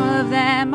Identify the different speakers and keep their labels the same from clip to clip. Speaker 1: time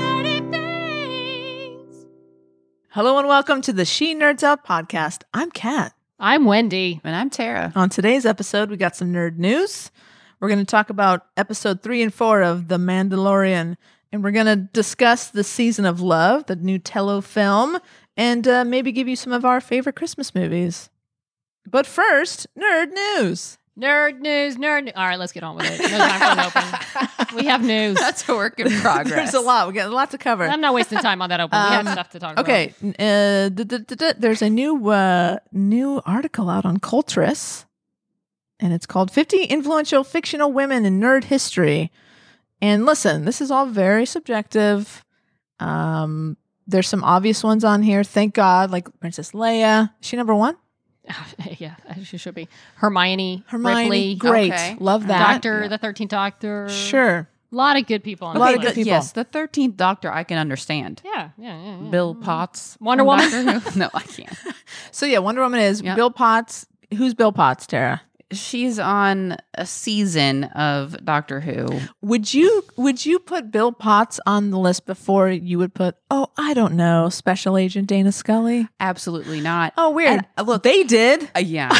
Speaker 1: Nerdy things.
Speaker 2: Hello and welcome to the She Nerds Out podcast. I'm Kat.
Speaker 3: I'm Wendy.
Speaker 1: And I'm Tara.
Speaker 2: On today's episode, we got some nerd news. We're going to talk about episode three and four of The Mandalorian, and we're going to discuss the season of love, the new Tello film, and uh, maybe give you some of our favorite Christmas movies. But first, nerd news.
Speaker 3: Nerd news, nerd. News. All right, let's get on with it. No time for an open. We have news.
Speaker 1: That's a work in progress.
Speaker 2: There's a lot. We got a lot to cover.
Speaker 3: I'm not wasting time on that open. we have
Speaker 2: Um,
Speaker 3: stuff to talk about.
Speaker 2: Okay, uh, d- d- d- d- there's a new uh, new article out on Cultress, and it's called "50 Influential Fictional Women in Nerd History." And listen, this is all very subjective. Um, there's some obvious ones on here. Thank God, like Princess Leia. Is she number one.
Speaker 3: yeah, she should be. Hermione,
Speaker 2: Hermione,
Speaker 3: Ripley,
Speaker 2: great,
Speaker 1: Okay.
Speaker 2: love that.
Speaker 3: Doctor, the 13th Doctor.
Speaker 2: sure.
Speaker 3: A lot of good people on
Speaker 2: A lot
Speaker 3: this
Speaker 2: of
Speaker 3: list.
Speaker 2: good people.
Speaker 4: Yes, the thirteenth Doctor I can understand.
Speaker 3: Yeah, yeah, yeah, yeah.
Speaker 4: Bill Potts,
Speaker 3: Mm-hmm. Wonder
Speaker 4: from
Speaker 3: Woman?
Speaker 4: Doctor Who. no, I can't.
Speaker 2: So yeah, Wonder Woman is
Speaker 4: Yeah.
Speaker 2: Bill Potts. Who's Bill Potts, Tara?
Speaker 4: She's on a season of Doctor Who.
Speaker 2: Would you would you put Bill Potts on the list before you would put oh I don't know Special Agent Dana Scully?
Speaker 4: Absolutely not.
Speaker 2: Oh weird.
Speaker 4: And, uh, look-
Speaker 2: they did.
Speaker 4: Uh, yeah,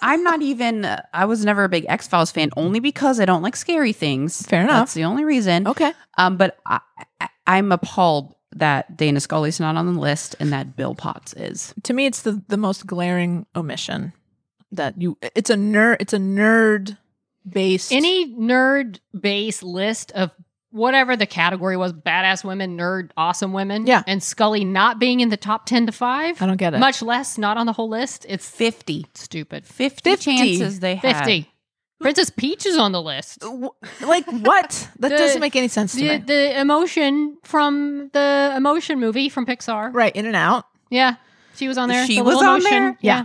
Speaker 4: I'm not even. I was never a big X Files fan, only because I don't like scary things.
Speaker 2: Fair enough.
Speaker 4: That's the only reason.
Speaker 2: Okay.
Speaker 4: Um, but I, I, I'm appalled that Dana Scully's not on the list and that Bill Potts is.
Speaker 2: To me, it's the the most glaring omission that you. It's a nerd. It's a nerd based.
Speaker 3: Any nerd based list of whatever the category was badass women, nerd, awesome women.
Speaker 2: Yeah.
Speaker 3: And Scully not being in the top 10 to 5.
Speaker 2: I don't get it.
Speaker 3: Much less not on the whole list. It's
Speaker 4: 50.
Speaker 3: stupid.
Speaker 4: 50,
Speaker 2: 50.
Speaker 4: chances they have.
Speaker 3: 50. Princess Peach is on the list.
Speaker 2: W- like what?
Speaker 3: The-
Speaker 2: That doesn't make any sense to
Speaker 3: The,
Speaker 2: me.
Speaker 3: the emotion from the emotion movie from Pixar.
Speaker 2: right in and out.
Speaker 3: Yeah. She was on there.
Speaker 4: She
Speaker 3: The
Speaker 4: was
Speaker 3: little
Speaker 4: on there?
Speaker 3: Yeah.
Speaker 2: Yeah.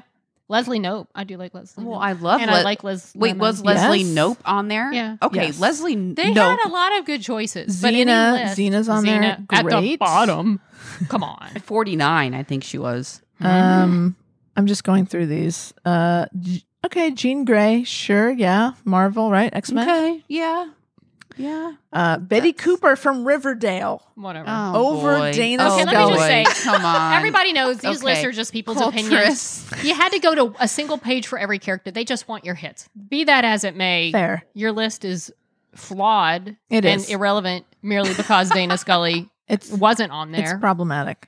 Speaker 3: Leslie Nope. I do like Leslie.
Speaker 4: Well,
Speaker 3: Knope.
Speaker 4: I love
Speaker 3: and I
Speaker 4: Le-
Speaker 3: like Les.
Speaker 4: Wait,
Speaker 3: Lemon.
Speaker 4: was Leslie
Speaker 2: Yes.
Speaker 4: Nope on there?
Speaker 3: Yeah.
Speaker 4: Okay,
Speaker 2: Yes.
Speaker 4: Leslie N-
Speaker 3: They
Speaker 4: Nope.
Speaker 3: had a lot of good choices. but any
Speaker 2: Xena.
Speaker 3: list-
Speaker 2: Xena's on
Speaker 3: Xena
Speaker 2: there.
Speaker 3: at
Speaker 2: Great.
Speaker 3: the bottom. Come on.
Speaker 4: 49, I think she was.
Speaker 2: Um, I'm just going through these. Uh, J- okay, Jean Grey. Sure. Yeah. Marvel. Right. X Men.
Speaker 4: Okay, yeah. Yeah.
Speaker 2: Uh, Betty Cooper from Riverdale.
Speaker 3: Whatever.
Speaker 2: Over Dana
Speaker 3: Okay, let me just say,
Speaker 4: come on.
Speaker 3: Oh, Everybody knows these
Speaker 4: Okay.
Speaker 3: lists are just people's opinions.
Speaker 4: Cultress.
Speaker 3: You had to go to a single page for every character. They just want your hits. Be that as it may,
Speaker 2: Fair.
Speaker 3: your list is flawed
Speaker 2: It
Speaker 3: and
Speaker 2: is.
Speaker 3: irrelevant merely because Dana Scully
Speaker 2: It's
Speaker 3: wasn't on
Speaker 2: it's
Speaker 3: there.
Speaker 2: problematic.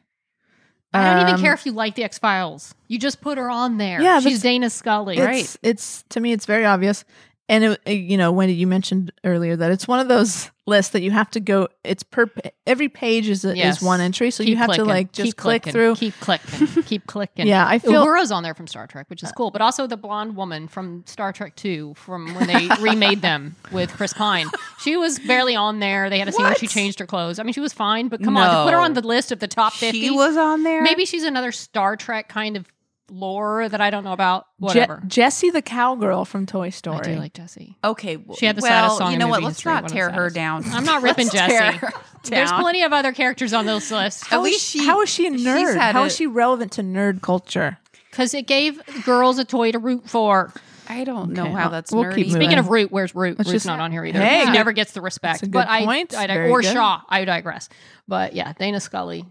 Speaker 3: I don't
Speaker 2: Um,
Speaker 3: even care if you like the X Files. You just put her on there.
Speaker 2: Yeah,
Speaker 3: she's
Speaker 2: that's-
Speaker 3: Dana Scully.
Speaker 2: Um, It's, It's to me, it's very obvious. And it, it- you know, Wendy, you mentioned earlier that it's one of those lists that you have to go. It's per pa- every page is a,
Speaker 3: Yes.
Speaker 2: is one entry, so
Speaker 3: Keep
Speaker 2: you have
Speaker 3: clicking,
Speaker 2: to like just
Speaker 3: keep
Speaker 2: click
Speaker 3: clicking,
Speaker 2: through.
Speaker 3: Keep clicking. keep clicking.
Speaker 2: yeah, I feel
Speaker 3: Uhura's on there from Star Trek, which is cool, but also the blonde woman from Star Trek 2 from when they remade them with Chris Pine. She was barely on there. They had a scene where she changed her clothes. I mean, she was fine, but come on, to put her
Speaker 4: No.
Speaker 3: on the list of the top 50.
Speaker 4: She was on there.
Speaker 3: Maybe she's another Star Trek kind of lore that I don't know about.
Speaker 2: Je-
Speaker 3: Whatever.
Speaker 2: Jessie the cowgirl from Toy Story.
Speaker 3: I do like Jessie.
Speaker 4: Okay, well,
Speaker 3: She had the
Speaker 4: well,
Speaker 3: saddest song
Speaker 4: You
Speaker 3: in
Speaker 4: know what?
Speaker 3: movie
Speaker 4: Let's
Speaker 3: history,
Speaker 4: not
Speaker 3: one of
Speaker 4: tear
Speaker 3: the
Speaker 4: her
Speaker 3: saddest.
Speaker 4: down.
Speaker 3: I'm not ripping
Speaker 4: Let's tear
Speaker 3: Jessie.
Speaker 4: her
Speaker 3: There's
Speaker 4: down.
Speaker 3: plenty of other characters on this list
Speaker 2: How
Speaker 4: At
Speaker 2: is
Speaker 4: least she-
Speaker 2: how is she a
Speaker 4: she's
Speaker 2: nerd?
Speaker 4: had
Speaker 2: How
Speaker 4: a-
Speaker 2: is she relevant to nerd culture?
Speaker 3: because Oh, it gave girls a toy to root for.
Speaker 4: I don't know
Speaker 2: Okay,
Speaker 4: how
Speaker 2: I'll-
Speaker 4: that's
Speaker 2: we'll
Speaker 4: nerdy.
Speaker 2: keep moving.
Speaker 3: Speaking of Root, where's Root?
Speaker 2: Let's
Speaker 3: Root's
Speaker 2: just-
Speaker 3: not on here either.
Speaker 2: Hey,
Speaker 3: he
Speaker 2: good-
Speaker 3: never gets the respect.
Speaker 2: that's a good
Speaker 3: but I-
Speaker 2: point.
Speaker 3: I,
Speaker 2: Very
Speaker 3: or
Speaker 2: good.
Speaker 3: Shaw. I digress. But yeah, Dana Scully.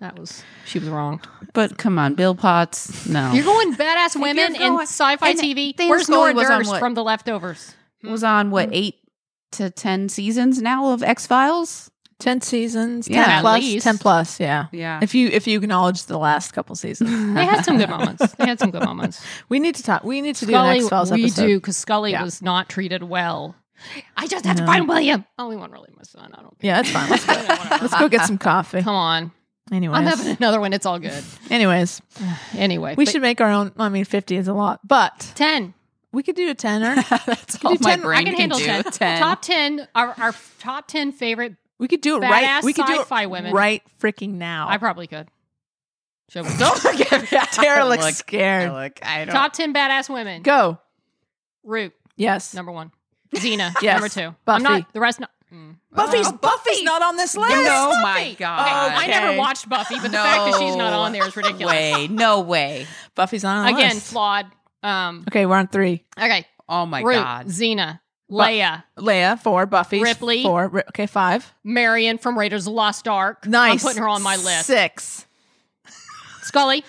Speaker 3: That was she was wrong.
Speaker 4: But come on, Bill Potts. No.
Speaker 3: You're going badass women in
Speaker 4: going-
Speaker 3: sci-fi
Speaker 4: and
Speaker 3: TV.
Speaker 4: Dana
Speaker 3: Where's
Speaker 4: Scully
Speaker 3: Nora
Speaker 4: was on
Speaker 3: Durst
Speaker 4: what?
Speaker 3: from The Leftovers?
Speaker 4: was on what eight to ten seasons now of X Files.
Speaker 2: Ten seasons,
Speaker 4: Yeah,
Speaker 2: ten
Speaker 3: at
Speaker 2: plus,
Speaker 3: least.
Speaker 2: ten plus, yeah.
Speaker 4: Yeah.
Speaker 2: If you if you acknowledge the last couple seasons,
Speaker 3: They had some good moments. They had some good moments.
Speaker 2: we need to talk. We need to do an
Speaker 3: Scully,
Speaker 2: X Files
Speaker 3: we
Speaker 2: episode.
Speaker 3: do because Scully
Speaker 2: Yeah.
Speaker 3: was not treated well. I just have to
Speaker 2: No.
Speaker 3: find William. Only one really my son. I don't.
Speaker 2: Yeah, it's fine. Let's go,
Speaker 3: care. Whatever.
Speaker 2: let's go get some coffee.
Speaker 3: Come on. I'm
Speaker 2: Anyways,
Speaker 3: having another one. It's all good.
Speaker 2: anyways,
Speaker 3: Anyway,
Speaker 2: we
Speaker 3: but
Speaker 2: should make our own. I mean, fifty is a lot, but
Speaker 3: ten.
Speaker 2: we could do a tenner.
Speaker 4: that's
Speaker 2: all my brain
Speaker 3: I can handle ten. Top ten. Our, our top ten favorite.
Speaker 2: We could do it
Speaker 3: Badass
Speaker 2: right. We could do
Speaker 3: sci-fi
Speaker 2: it
Speaker 3: women.
Speaker 4: Oh.
Speaker 2: right freaking now.
Speaker 3: I probably could. Should we-
Speaker 4: Don't look at me.
Speaker 2: Tara
Speaker 4: I
Speaker 2: looks
Speaker 4: look- I
Speaker 2: scared.
Speaker 4: look. I don't.
Speaker 3: Top ten badass women.
Speaker 2: Go.
Speaker 3: Root
Speaker 2: Yes.
Speaker 3: number one. Xena
Speaker 2: Yes.
Speaker 3: number two.
Speaker 2: Buffy.
Speaker 3: I'm not the rest. No. Mm.
Speaker 2: Buffy's
Speaker 3: Oh.
Speaker 2: Buffy's not on this list.
Speaker 4: No,
Speaker 3: Buffy!
Speaker 4: my
Speaker 3: Okay,
Speaker 4: god.
Speaker 3: I never watched Buffy, but the fact that she's not on there is ridiculous.
Speaker 4: Way. No way.
Speaker 2: Buffy's not on the
Speaker 3: Again,
Speaker 2: list.
Speaker 3: flawed. Um,
Speaker 2: Okay, we're on three.
Speaker 3: okay,
Speaker 4: Oh my
Speaker 3: Root,
Speaker 4: god.
Speaker 3: Xena, Leia,
Speaker 2: Leia, four. Buffy,
Speaker 3: Ripley.
Speaker 2: four. Ri- okay, five.
Speaker 3: Marion from Raiders of the Lost Ark.
Speaker 2: Nice.
Speaker 3: I'm putting her on my list.
Speaker 2: Six.
Speaker 3: Scully,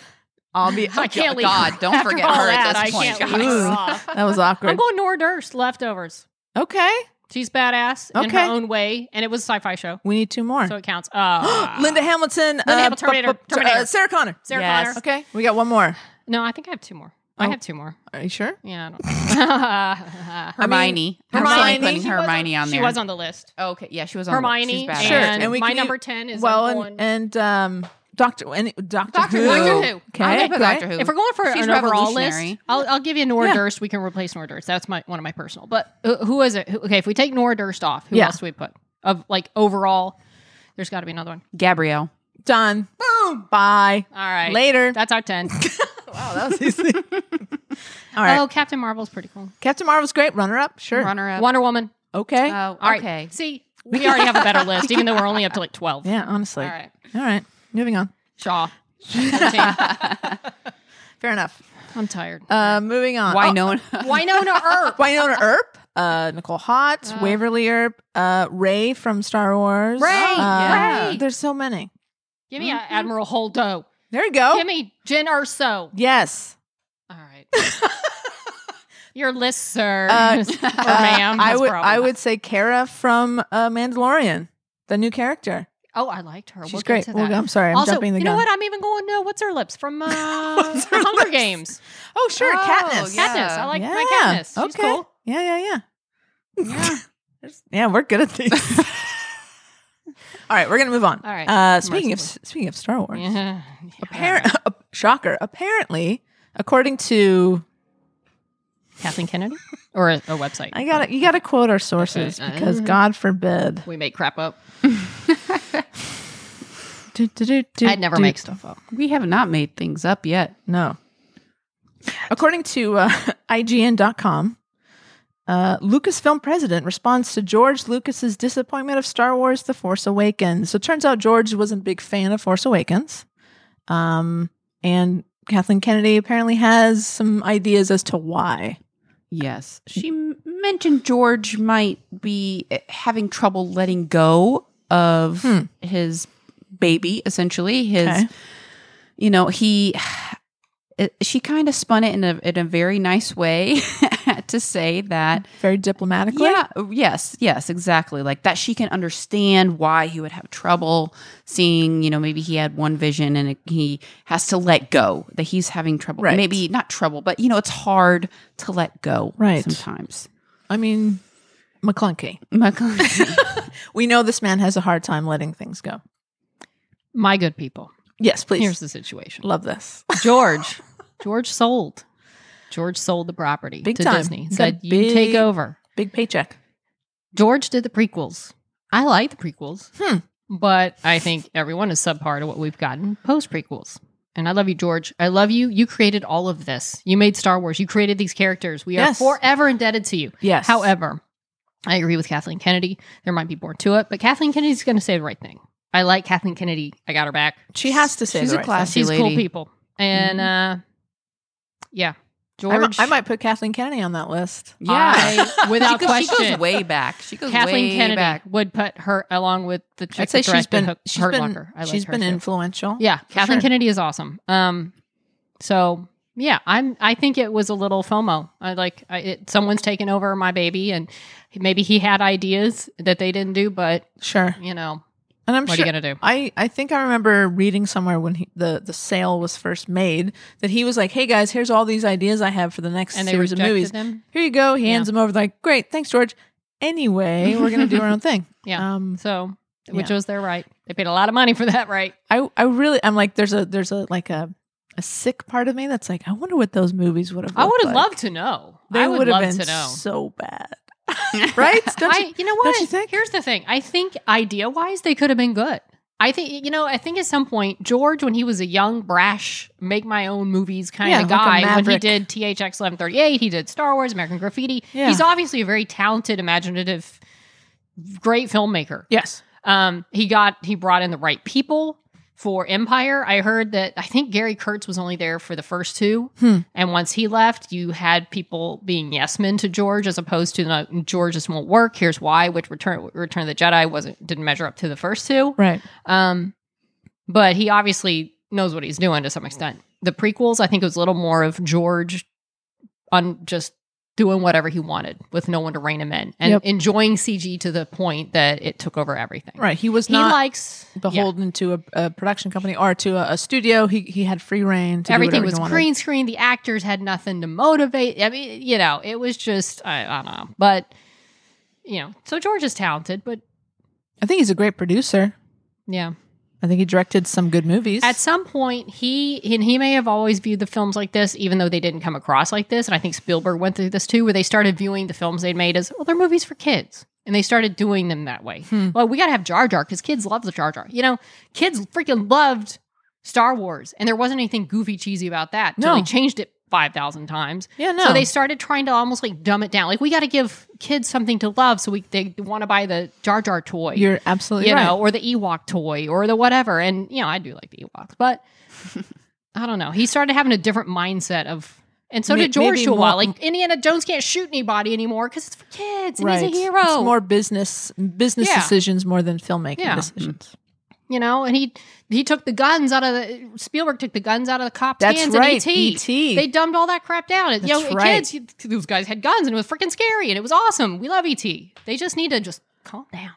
Speaker 4: I'll be.
Speaker 3: I can't leave.
Speaker 4: God, don't
Speaker 3: After
Speaker 4: forget
Speaker 3: all
Speaker 4: her at
Speaker 3: that,
Speaker 4: this
Speaker 3: I
Speaker 4: point,
Speaker 3: Can't
Speaker 4: guys.
Speaker 3: leave her
Speaker 2: Ooh.
Speaker 3: off.
Speaker 2: That was
Speaker 3: I'm
Speaker 2: awkward.
Speaker 3: going Nora Durst, leftovers.
Speaker 2: okay,
Speaker 3: She's badass in
Speaker 2: Okay.
Speaker 3: her own way, and it was a sci-fi show,
Speaker 2: we need two more.
Speaker 3: so it counts. Uh,
Speaker 2: Linda Hamilton. uh,
Speaker 3: Hamilton, Terminator,
Speaker 2: bu- bu- Uh,
Speaker 3: Terminator.
Speaker 2: Sarah Connor.
Speaker 3: Sarah
Speaker 4: Yes.
Speaker 3: Connor.
Speaker 2: Okay, we got one more.
Speaker 3: No, I think I have two more.
Speaker 2: Oh.
Speaker 3: I have two more.
Speaker 2: Are you sure?
Speaker 3: Yeah, I don't.
Speaker 4: Hermione.
Speaker 2: mean,
Speaker 4: Hermione.
Speaker 2: Hermione,
Speaker 4: Putting
Speaker 2: she
Speaker 4: Hermione on
Speaker 3: she
Speaker 4: there.
Speaker 3: was on the list.
Speaker 4: Oh, okay. Yeah, she was on.
Speaker 3: Hermione,
Speaker 4: The, she's badass.
Speaker 2: Sure,
Speaker 3: and,
Speaker 2: and we
Speaker 3: my
Speaker 2: can
Speaker 3: number
Speaker 2: do-
Speaker 3: ten is
Speaker 2: well,
Speaker 3: I'm
Speaker 2: and,
Speaker 3: going-
Speaker 2: and um, Doctor and Doctor,
Speaker 4: Doctor
Speaker 2: Who.
Speaker 4: Who. Doctor
Speaker 3: Who.
Speaker 2: Okay,
Speaker 4: I'm gonna put
Speaker 2: okay.
Speaker 4: Doctor Who.
Speaker 3: if we're going for
Speaker 4: She's
Speaker 3: an overall
Speaker 4: revolutionary.
Speaker 3: list, I'll, I'll give you Nora
Speaker 2: Yeah.
Speaker 3: Durst. We can replace Nora Durst. That's my one of my personal. But uh, who is it? Who, okay, if we take Nora Durst off, who
Speaker 2: Yeah.
Speaker 3: else do we put of like overall? There's got to be another one.
Speaker 4: Gabrielle.
Speaker 2: Done. Boom. Bye.
Speaker 3: All right,
Speaker 2: Later.
Speaker 3: That's our ten.
Speaker 2: wow, that was easy. All right.
Speaker 3: Oh, Captain Marvel's pretty cool.
Speaker 2: Captain Marvel's great. Runner up. Sure.
Speaker 4: Runner up.
Speaker 3: Wonder Woman.
Speaker 2: Okay.
Speaker 4: Oh,
Speaker 3: All right.
Speaker 4: okay.
Speaker 3: See, we already have a better list, even though we're only up to like twelve.
Speaker 2: yeah. Honestly.
Speaker 3: All right.
Speaker 2: All right. Moving on.
Speaker 3: Shaw. 13.
Speaker 2: Fair enough.
Speaker 3: I'm tired.
Speaker 2: Uh, moving on.
Speaker 4: Why no one?
Speaker 3: Winona Earp.
Speaker 2: Winona Earp, uh, Nicole Hotz, Waverly Earp, uh, Ray from Star Wars.
Speaker 3: Ray,
Speaker 2: Uh,
Speaker 3: yeah. Ray.
Speaker 2: There's so many.
Speaker 3: Give me
Speaker 2: Mm-hmm.
Speaker 3: a Admiral Holdo.
Speaker 2: There you go.
Speaker 3: Give me Jen Erso.
Speaker 2: yes.
Speaker 3: All right. Your list, sir
Speaker 2: Uh,
Speaker 3: or
Speaker 2: Uh,
Speaker 3: ma'am.
Speaker 2: I
Speaker 3: has
Speaker 2: would.
Speaker 3: problem.
Speaker 2: I would say Kara from uh, Mandalorian, the new character.
Speaker 3: Oh, I liked her.
Speaker 2: She's
Speaker 3: we'll
Speaker 2: great.
Speaker 3: Get to
Speaker 2: Well,
Speaker 3: that.
Speaker 2: I'm sorry. I'm
Speaker 3: also,
Speaker 2: jumping the
Speaker 3: you
Speaker 2: gun.
Speaker 3: know what? I'm even going. No, what's her lips from uh, the Hunger Games?
Speaker 2: Oh, sure,
Speaker 4: Oh,
Speaker 2: Katniss.
Speaker 4: yeah.
Speaker 3: Katniss. I like
Speaker 2: yeah.
Speaker 3: my Katniss. She's
Speaker 2: okay.
Speaker 3: cool.
Speaker 2: Yeah, yeah, yeah.
Speaker 4: Yeah.
Speaker 2: Yeah, we're good at these. All right, we're gonna move on.
Speaker 3: All right.
Speaker 2: Uh, speaking of
Speaker 3: Mercifully.
Speaker 2: speaking of Star Wars,
Speaker 3: Yeah.
Speaker 2: apparent shocker. Apparently, according to
Speaker 3: Kathleen Kennedy or a, a website.
Speaker 2: I got to you got to quote our sources
Speaker 3: Okay.
Speaker 2: because God forbid.
Speaker 3: we make crap up.
Speaker 2: Do, do, do, do,
Speaker 3: I'd never
Speaker 2: do.
Speaker 3: make stuff up.
Speaker 4: We have not made things up yet.
Speaker 2: No. According to uh, IGN.com, uh, Lucasfilm president responds to George Lucas's disappointment of Star Wars: The Force Awakens. So it turns out George wasn't a big fan of Force Awakens, um, and Kathleen Kennedy apparently has some ideas as to why.
Speaker 4: Yes. She m- mentioned George might be eh, having trouble letting go of
Speaker 2: Hmm.
Speaker 4: his baby, essentially. His,
Speaker 2: Okay.
Speaker 4: you know, he, it, she kind of spun it in a, in a very nice way to say that,
Speaker 2: Very diplomatically.
Speaker 4: yeah, Oh, yes, yes, exactly. Like that she can understand why he would have trouble seeing, you know, maybe he had one vision and it, he has to let go, that he's having trouble.
Speaker 2: Right.
Speaker 4: Maybe not trouble, but, you know, it's hard to let go
Speaker 2: Right.
Speaker 4: sometimes.
Speaker 2: I mean, McClunky.
Speaker 4: Michael.
Speaker 2: We know this man has a hard time letting things go.
Speaker 3: My good people.
Speaker 2: Yes, please.
Speaker 3: Here's the situation.
Speaker 2: Love this.
Speaker 3: George. George sold. George sold the property
Speaker 2: Big
Speaker 3: to
Speaker 2: time.
Speaker 3: Disney.
Speaker 2: Got
Speaker 3: Said,
Speaker 2: a
Speaker 3: "You take
Speaker 2: big-
Speaker 3: over."
Speaker 2: Big paycheck.
Speaker 3: George did the prequels. I like the prequels,
Speaker 2: Hmm.
Speaker 3: but I think everyone is subpar to what we've gotten post prequels. And I love you, George. I love you. You created all of this. You made Star Wars. You created these characters. We
Speaker 2: Yes.
Speaker 3: are forever indebted to you.
Speaker 2: Yes.
Speaker 3: However, I agree with Kathleen Kennedy. There might be more to it, but Kathleen Kennedy's going to say the right thing. I like Kathleen Kennedy. I got her back.
Speaker 2: she has to say
Speaker 4: She's
Speaker 2: the
Speaker 4: a
Speaker 2: right
Speaker 4: classy
Speaker 2: thing.
Speaker 3: She's cool
Speaker 4: lady.
Speaker 3: people. And uh, yeah,
Speaker 2: Mm-hmm. I mi-
Speaker 3: George.
Speaker 2: I might put Kathleen Kennedy on that list.
Speaker 4: Yeah.
Speaker 3: I, without
Speaker 4: she, goes, she
Speaker 3: question.
Speaker 4: goes way back. She goes
Speaker 3: Kathleen
Speaker 4: way
Speaker 3: Kennedy
Speaker 4: back.
Speaker 3: would put her along with the chick
Speaker 2: I'd say
Speaker 3: that
Speaker 2: she's
Speaker 3: directed
Speaker 2: been
Speaker 3: Hook,
Speaker 2: she's
Speaker 3: Hurt
Speaker 2: been
Speaker 3: Locker. I
Speaker 2: she's
Speaker 3: like her
Speaker 2: been
Speaker 3: too.
Speaker 2: influential.
Speaker 3: Yeah, Kathleen
Speaker 2: sure.
Speaker 3: Kennedy is awesome. Um, so yeah, I'm. I think it was a little FOMO. I like I, it, someone's taken over my baby, and maybe he had ideas that they didn't do, but
Speaker 2: sure.
Speaker 3: you know,
Speaker 2: And I'm
Speaker 3: what
Speaker 2: sure
Speaker 3: are you gonna do?
Speaker 2: I I think I remember reading somewhere when he, the the sale was first made that he was like, "Hey guys, here's all these ideas I have for the next
Speaker 3: And they
Speaker 2: series of
Speaker 3: rejected
Speaker 2: movies.
Speaker 3: them.
Speaker 2: Here you go." He hands
Speaker 3: Yeah.
Speaker 2: them over. Like, "Great, thanks, George." Anyway, we're gonna do our own thing.
Speaker 3: Yeah.
Speaker 2: Um,
Speaker 3: So, which
Speaker 2: Yeah.
Speaker 3: was their right. They paid a lot of money for that, right?
Speaker 2: I I really I'm like there's a there's a like a a sick part of me that's like I wonder what those movies would have.
Speaker 3: I would
Speaker 2: looked
Speaker 3: have
Speaker 2: like.
Speaker 3: loved to know.
Speaker 2: They
Speaker 3: I would love
Speaker 2: have been
Speaker 3: to know.
Speaker 2: so bad, right? Don't you-
Speaker 3: I, you know what?
Speaker 2: you think?
Speaker 3: Here's the thing. I think idea wise, they could have been good. I think you know. I think at some point George, when he was a young, brash, make my own movies kind
Speaker 2: Yeah, like
Speaker 3: of
Speaker 2: a
Speaker 3: guy, when he
Speaker 2: maverick.
Speaker 3: did THX eleven thirty eight, he did Star Wars, American Graffiti.
Speaker 2: Yeah.
Speaker 3: He's obviously a very talented, imaginative, great filmmaker.
Speaker 2: Yes.
Speaker 3: Um, he got he brought in the right people for Empire. I heard that I think Gary Kurtz was only there for the first two,
Speaker 2: Hmm.
Speaker 3: and once he left, you had people being yes men to George as opposed to no, George just won't work. Here's why. Which Return Return of the Jedi wasn't didn't measure up to the first two.
Speaker 2: Right.
Speaker 3: Um, but he obviously knows what he's doing to some extent. The prequels, I think, it was a little more of George on just doing whatever he wanted with no one to rein him in and
Speaker 2: Yep.
Speaker 3: enjoying CG to the point that it took over everything.
Speaker 2: Right. He was
Speaker 3: He
Speaker 2: not
Speaker 3: likes yeah.
Speaker 2: beholden to a, a production company or to a, a studio. He he had free reign. To
Speaker 3: everything
Speaker 2: do whatever
Speaker 3: was
Speaker 2: he wanted.
Speaker 3: green screen. The actors had nothing to motivate. I mean, you know, it was just I, I don't know, but you know, so George is talented, but
Speaker 2: I think he's a great producer.
Speaker 3: yeah.
Speaker 2: I think he directed some good movies.
Speaker 3: At some point, he and he may have always viewed the films like this, even though they didn't come across like this. And I think Spielberg went through this too, where they started viewing the films they'd made as, well, they're movies for kids. And they started doing them that way.
Speaker 2: Hmm.
Speaker 3: Well, we got to have Jar Jar because kids love the Jar Jar. You know, kids freaking loved Star Wars, and there wasn't anything goofy, cheesy about that. So
Speaker 2: No.
Speaker 3: they changed it 5,000 times.
Speaker 2: yeah, no.
Speaker 3: So they started trying to almost like dumb it down. Like, we got to give kids something to love so we, they want to buy the Jar Jar toy
Speaker 2: You're absolutely
Speaker 3: you
Speaker 2: right.
Speaker 3: know, or the Ewok toy or the whatever. And you know, I do like the Ewoks, but I don't know. He started having a different mindset of, and so
Speaker 2: May-
Speaker 3: did George
Speaker 2: maybe
Speaker 3: to a while.
Speaker 2: more-
Speaker 3: Like Indiana Jones can't shoot anybody anymore because it's for kids, and
Speaker 2: right.
Speaker 3: he's a hero.
Speaker 2: It's more business business
Speaker 3: Yeah.
Speaker 2: decisions more than filmmaking
Speaker 3: Yeah.
Speaker 2: decisions.
Speaker 3: you know, and he he took the guns out of the Spielberg took the guns out of the cops'
Speaker 2: That's
Speaker 3: hands
Speaker 2: right,
Speaker 3: in E.T.
Speaker 2: E.T..
Speaker 3: They dumbed all that crap down. And, you
Speaker 2: That's
Speaker 3: know,
Speaker 2: right.
Speaker 3: kids, you, those guys had guns, and it was freaking scary, and it was awesome. We love E.T. They just need to just calm down.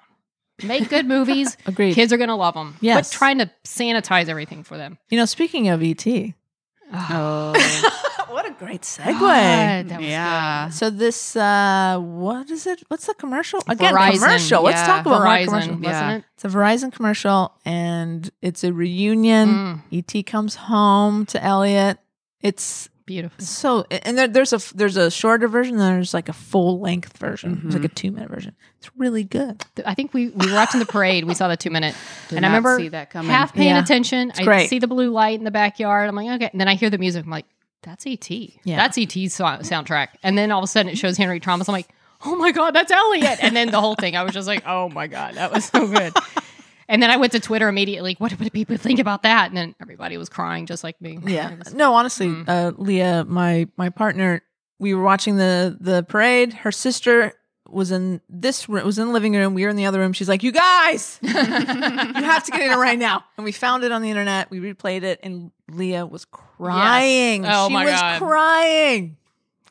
Speaker 3: Make good movies.
Speaker 2: Agreed.
Speaker 3: Kids are going to love them.
Speaker 2: Yes.
Speaker 3: But trying to sanitize everything for them.
Speaker 2: You know, speaking of ET,
Speaker 4: Oh,
Speaker 2: what a great segue.
Speaker 3: God, that was
Speaker 4: yeah.
Speaker 2: So this, uh, what is it? What's the commercial? Again,
Speaker 3: Verizon,
Speaker 2: commercial. Let's
Speaker 4: yeah.
Speaker 2: talk
Speaker 3: good.
Speaker 2: about my
Speaker 3: Verizon,
Speaker 2: commercial.
Speaker 3: wasn't
Speaker 4: yeah.
Speaker 3: it?
Speaker 2: It's a Verizon commercial, and it's a reunion.
Speaker 3: Mm,
Speaker 2: ET comes home to Elliot. It's
Speaker 3: beautiful.
Speaker 2: so, and there, there's a there's a shorter version. And there's like a full length version. There's like
Speaker 4: Mhm.
Speaker 2: a two minute version. It's really good.
Speaker 3: I think we, we were watching the parade. We saw the two minute.
Speaker 4: Did
Speaker 3: And I
Speaker 4: not
Speaker 3: remember
Speaker 4: see that coming.
Speaker 3: Half paying
Speaker 2: Yeah.
Speaker 3: attention. I
Speaker 2: great.
Speaker 3: see the blue light in the backyard. I'm like, okay. And then I hear the music. I'm like, that's E.T.
Speaker 2: Yeah.
Speaker 3: That's E.T.'s so- soundtrack. And then all of a sudden it shows Henry Thomas. I'm like, oh my God, that's Elliot. And then the whole thing, I was just like, oh my God, that was so good. And then I went to Twitter immediately. Like, what would people think about that? And then everybody was crying just like me.
Speaker 2: Yeah.
Speaker 3: It was-
Speaker 2: No, honestly,
Speaker 3: Mm.
Speaker 2: uh, Leah, my my partner, we were watching the the parade. Her sister was in this room, was in the living room. We were in the other room. She's like, "You guys, you have to get in it right now." And we found it on the internet. We replayed it, and Leah was crying.
Speaker 3: Oh,
Speaker 2: she
Speaker 3: my
Speaker 2: was
Speaker 3: God.
Speaker 2: crying.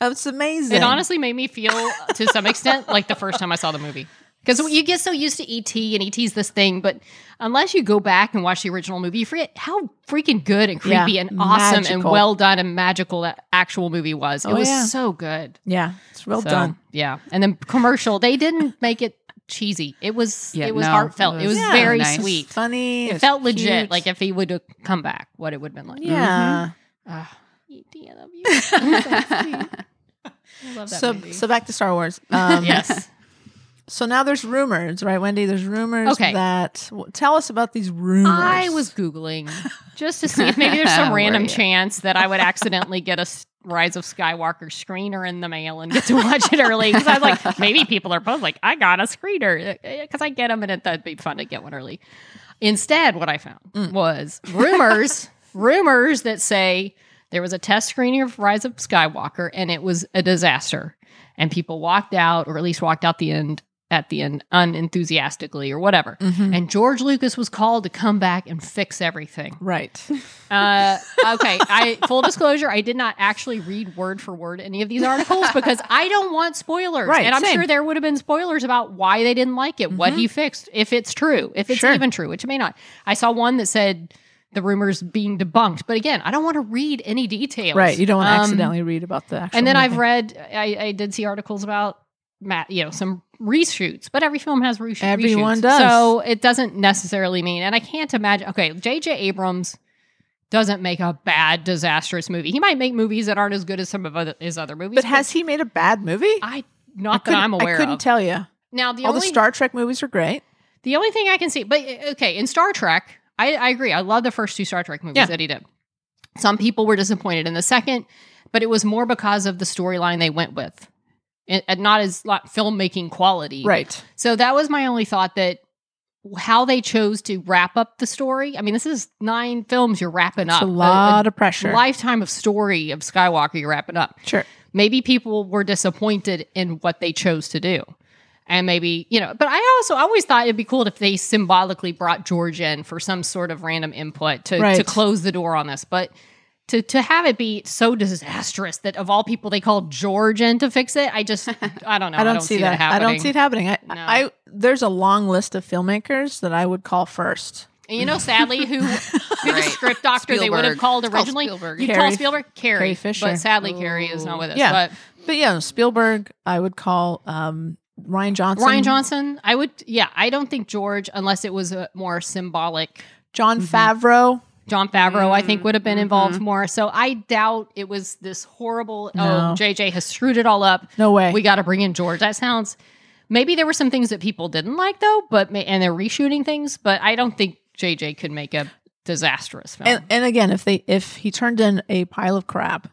Speaker 2: That's amazing.
Speaker 3: It honestly made me feel, to some extent, like the first time I saw the movie. Because you get so used to ET and ET's this thing, but unless you go back and watch the original movie, you forget how freaking good and creepy
Speaker 2: Yeah,
Speaker 3: and awesome and
Speaker 2: magical.
Speaker 3: well done and magical that actual movie was. It
Speaker 2: Oh,
Speaker 3: was
Speaker 2: yeah.
Speaker 3: so good.
Speaker 2: yeah, it's well
Speaker 3: So,
Speaker 2: done.
Speaker 3: Yeah. And then commercial, they didn't make it cheesy. It was
Speaker 4: Yeah,
Speaker 3: it was
Speaker 4: no,
Speaker 3: heartfelt. It was,
Speaker 4: it was
Speaker 2: Yeah.
Speaker 3: very
Speaker 4: nice.
Speaker 3: sweet.
Speaker 2: Funny.
Speaker 3: It
Speaker 2: it's
Speaker 3: felt legit.
Speaker 2: cute.
Speaker 3: Like if he would have come back, what it would have been like.
Speaker 2: yeah.
Speaker 3: Ah, ET, I love you. You're so sweet. I love that
Speaker 2: So
Speaker 3: movie.
Speaker 2: so back to Star Wars. Um,
Speaker 3: yes.
Speaker 2: So now there's rumors, right, Wendy? There's rumors
Speaker 3: Okay.
Speaker 2: that w- tell us about these rumors.
Speaker 3: I was googling just to see if maybe there's some
Speaker 4: Were
Speaker 3: random
Speaker 4: you?
Speaker 3: chance that I would accidentally get a S- Rise of Skywalker screener in the mail and get to watch it early because I was like, maybe people are both like, I got a screener because I get them and it, that'd be fun to get one early. Instead, what I found was rumors, rumors that say there was a test screening of Rise of Skywalker and it was a disaster. And people walked out, or at least walked out the end at the end unenthusiastically or whatever. And George Lucas was called to come back and fix everything.
Speaker 2: right.
Speaker 3: Uh, okay, I full disclosure, I did not actually read word for word any of these articles because I don't want spoilers.
Speaker 2: Right,
Speaker 3: and I'm
Speaker 2: same. Mm-hmm.
Speaker 3: sure there would have been spoilers about why they didn't like it, what he fixed, if it's true, if it's
Speaker 2: Sure.
Speaker 3: even true, which it may not. I saw one that said the rumors being debunked, but again, I don't want to read any details.
Speaker 2: Right. You don't want to
Speaker 3: Um,
Speaker 2: accidentally read about the actual.
Speaker 3: and then I've
Speaker 2: movie.
Speaker 3: read, I, I did see articles about Matt, you know, some reshoots, but every film has resho- reshoots.
Speaker 2: Everyone does.
Speaker 3: So it doesn't necessarily mean, and I can't imagine. Okay, J.J. Abrams doesn't make a bad, disastrous movie. He might make movies that aren't as good as some of other, his other movies.
Speaker 2: But has he made a bad movie?
Speaker 3: I
Speaker 2: I
Speaker 3: not that
Speaker 2: couldn't-
Speaker 3: I'm aware
Speaker 2: I couldn't
Speaker 3: of.
Speaker 2: tell you.
Speaker 3: now the
Speaker 2: All the
Speaker 3: only
Speaker 2: Star Trek movies are great.
Speaker 3: The only thing I can see, but uh, okay, in Star Trek, I, I agree. I love the first two Star Trek movies
Speaker 2: Yeah.
Speaker 3: that he did. Some people were disappointed in the second, but it was more because of the storyline they went with, and and not as lot filmmaking quality.
Speaker 2: Right.
Speaker 3: So that was my only thought that how they chose to wrap up the story. I mean, this is nine films you're wrapping
Speaker 2: It's
Speaker 3: up.
Speaker 2: a lot of pressure.
Speaker 3: lifetime of story of Skywalker you're wrapping up.
Speaker 2: Sure.
Speaker 3: Maybe people were disappointed in what they chose to do. And maybe, you know, but I also always thought it'd be cool if they symbolically brought George in for some sort of random input to, to
Speaker 2: Right.
Speaker 3: close the door on this. But to, to have it be so disastrous that of all people they called George in to fix it, I just, I don't know.
Speaker 2: I, don't see, that.
Speaker 3: happening.
Speaker 2: I don't see it happening. I,
Speaker 3: No.
Speaker 2: I there's a long list of filmmakers that I would call first.
Speaker 3: And you know, sadly, who, who the
Speaker 4: Right.
Speaker 3: script doctor they would have
Speaker 4: Spielberg.
Speaker 3: called
Speaker 4: Let's call
Speaker 3: originally?
Speaker 4: Spielberg.
Speaker 3: You
Speaker 2: Carrie-
Speaker 3: call Spielberg Carrie,
Speaker 2: Carrie Fisher.
Speaker 3: but sadly, Carrie is not with us.
Speaker 2: Yeah.
Speaker 3: But
Speaker 2: But yeah, Spielberg, I would call um, Ryan Johnson.
Speaker 3: Ryan Johnson, I would, yeah, I don't think George, unless it was a more symbolic.
Speaker 2: John
Speaker 3: Mm-hmm.
Speaker 2: Favreau.
Speaker 3: John Favreau, I
Speaker 2: Mm,
Speaker 3: think, would have
Speaker 2: mm-hmm.
Speaker 3: been involved more. So I doubt it was this horrible. Oh,
Speaker 2: No.
Speaker 3: JJ has screwed it all up.
Speaker 2: No way.
Speaker 3: we got to bring in George. That sounds. Maybe there were some things that people didn't like though, but ma- and they're reshooting things. But I don't think JJ could make a disastrous film.
Speaker 2: and, and again, if they if he turned in a pile of crap,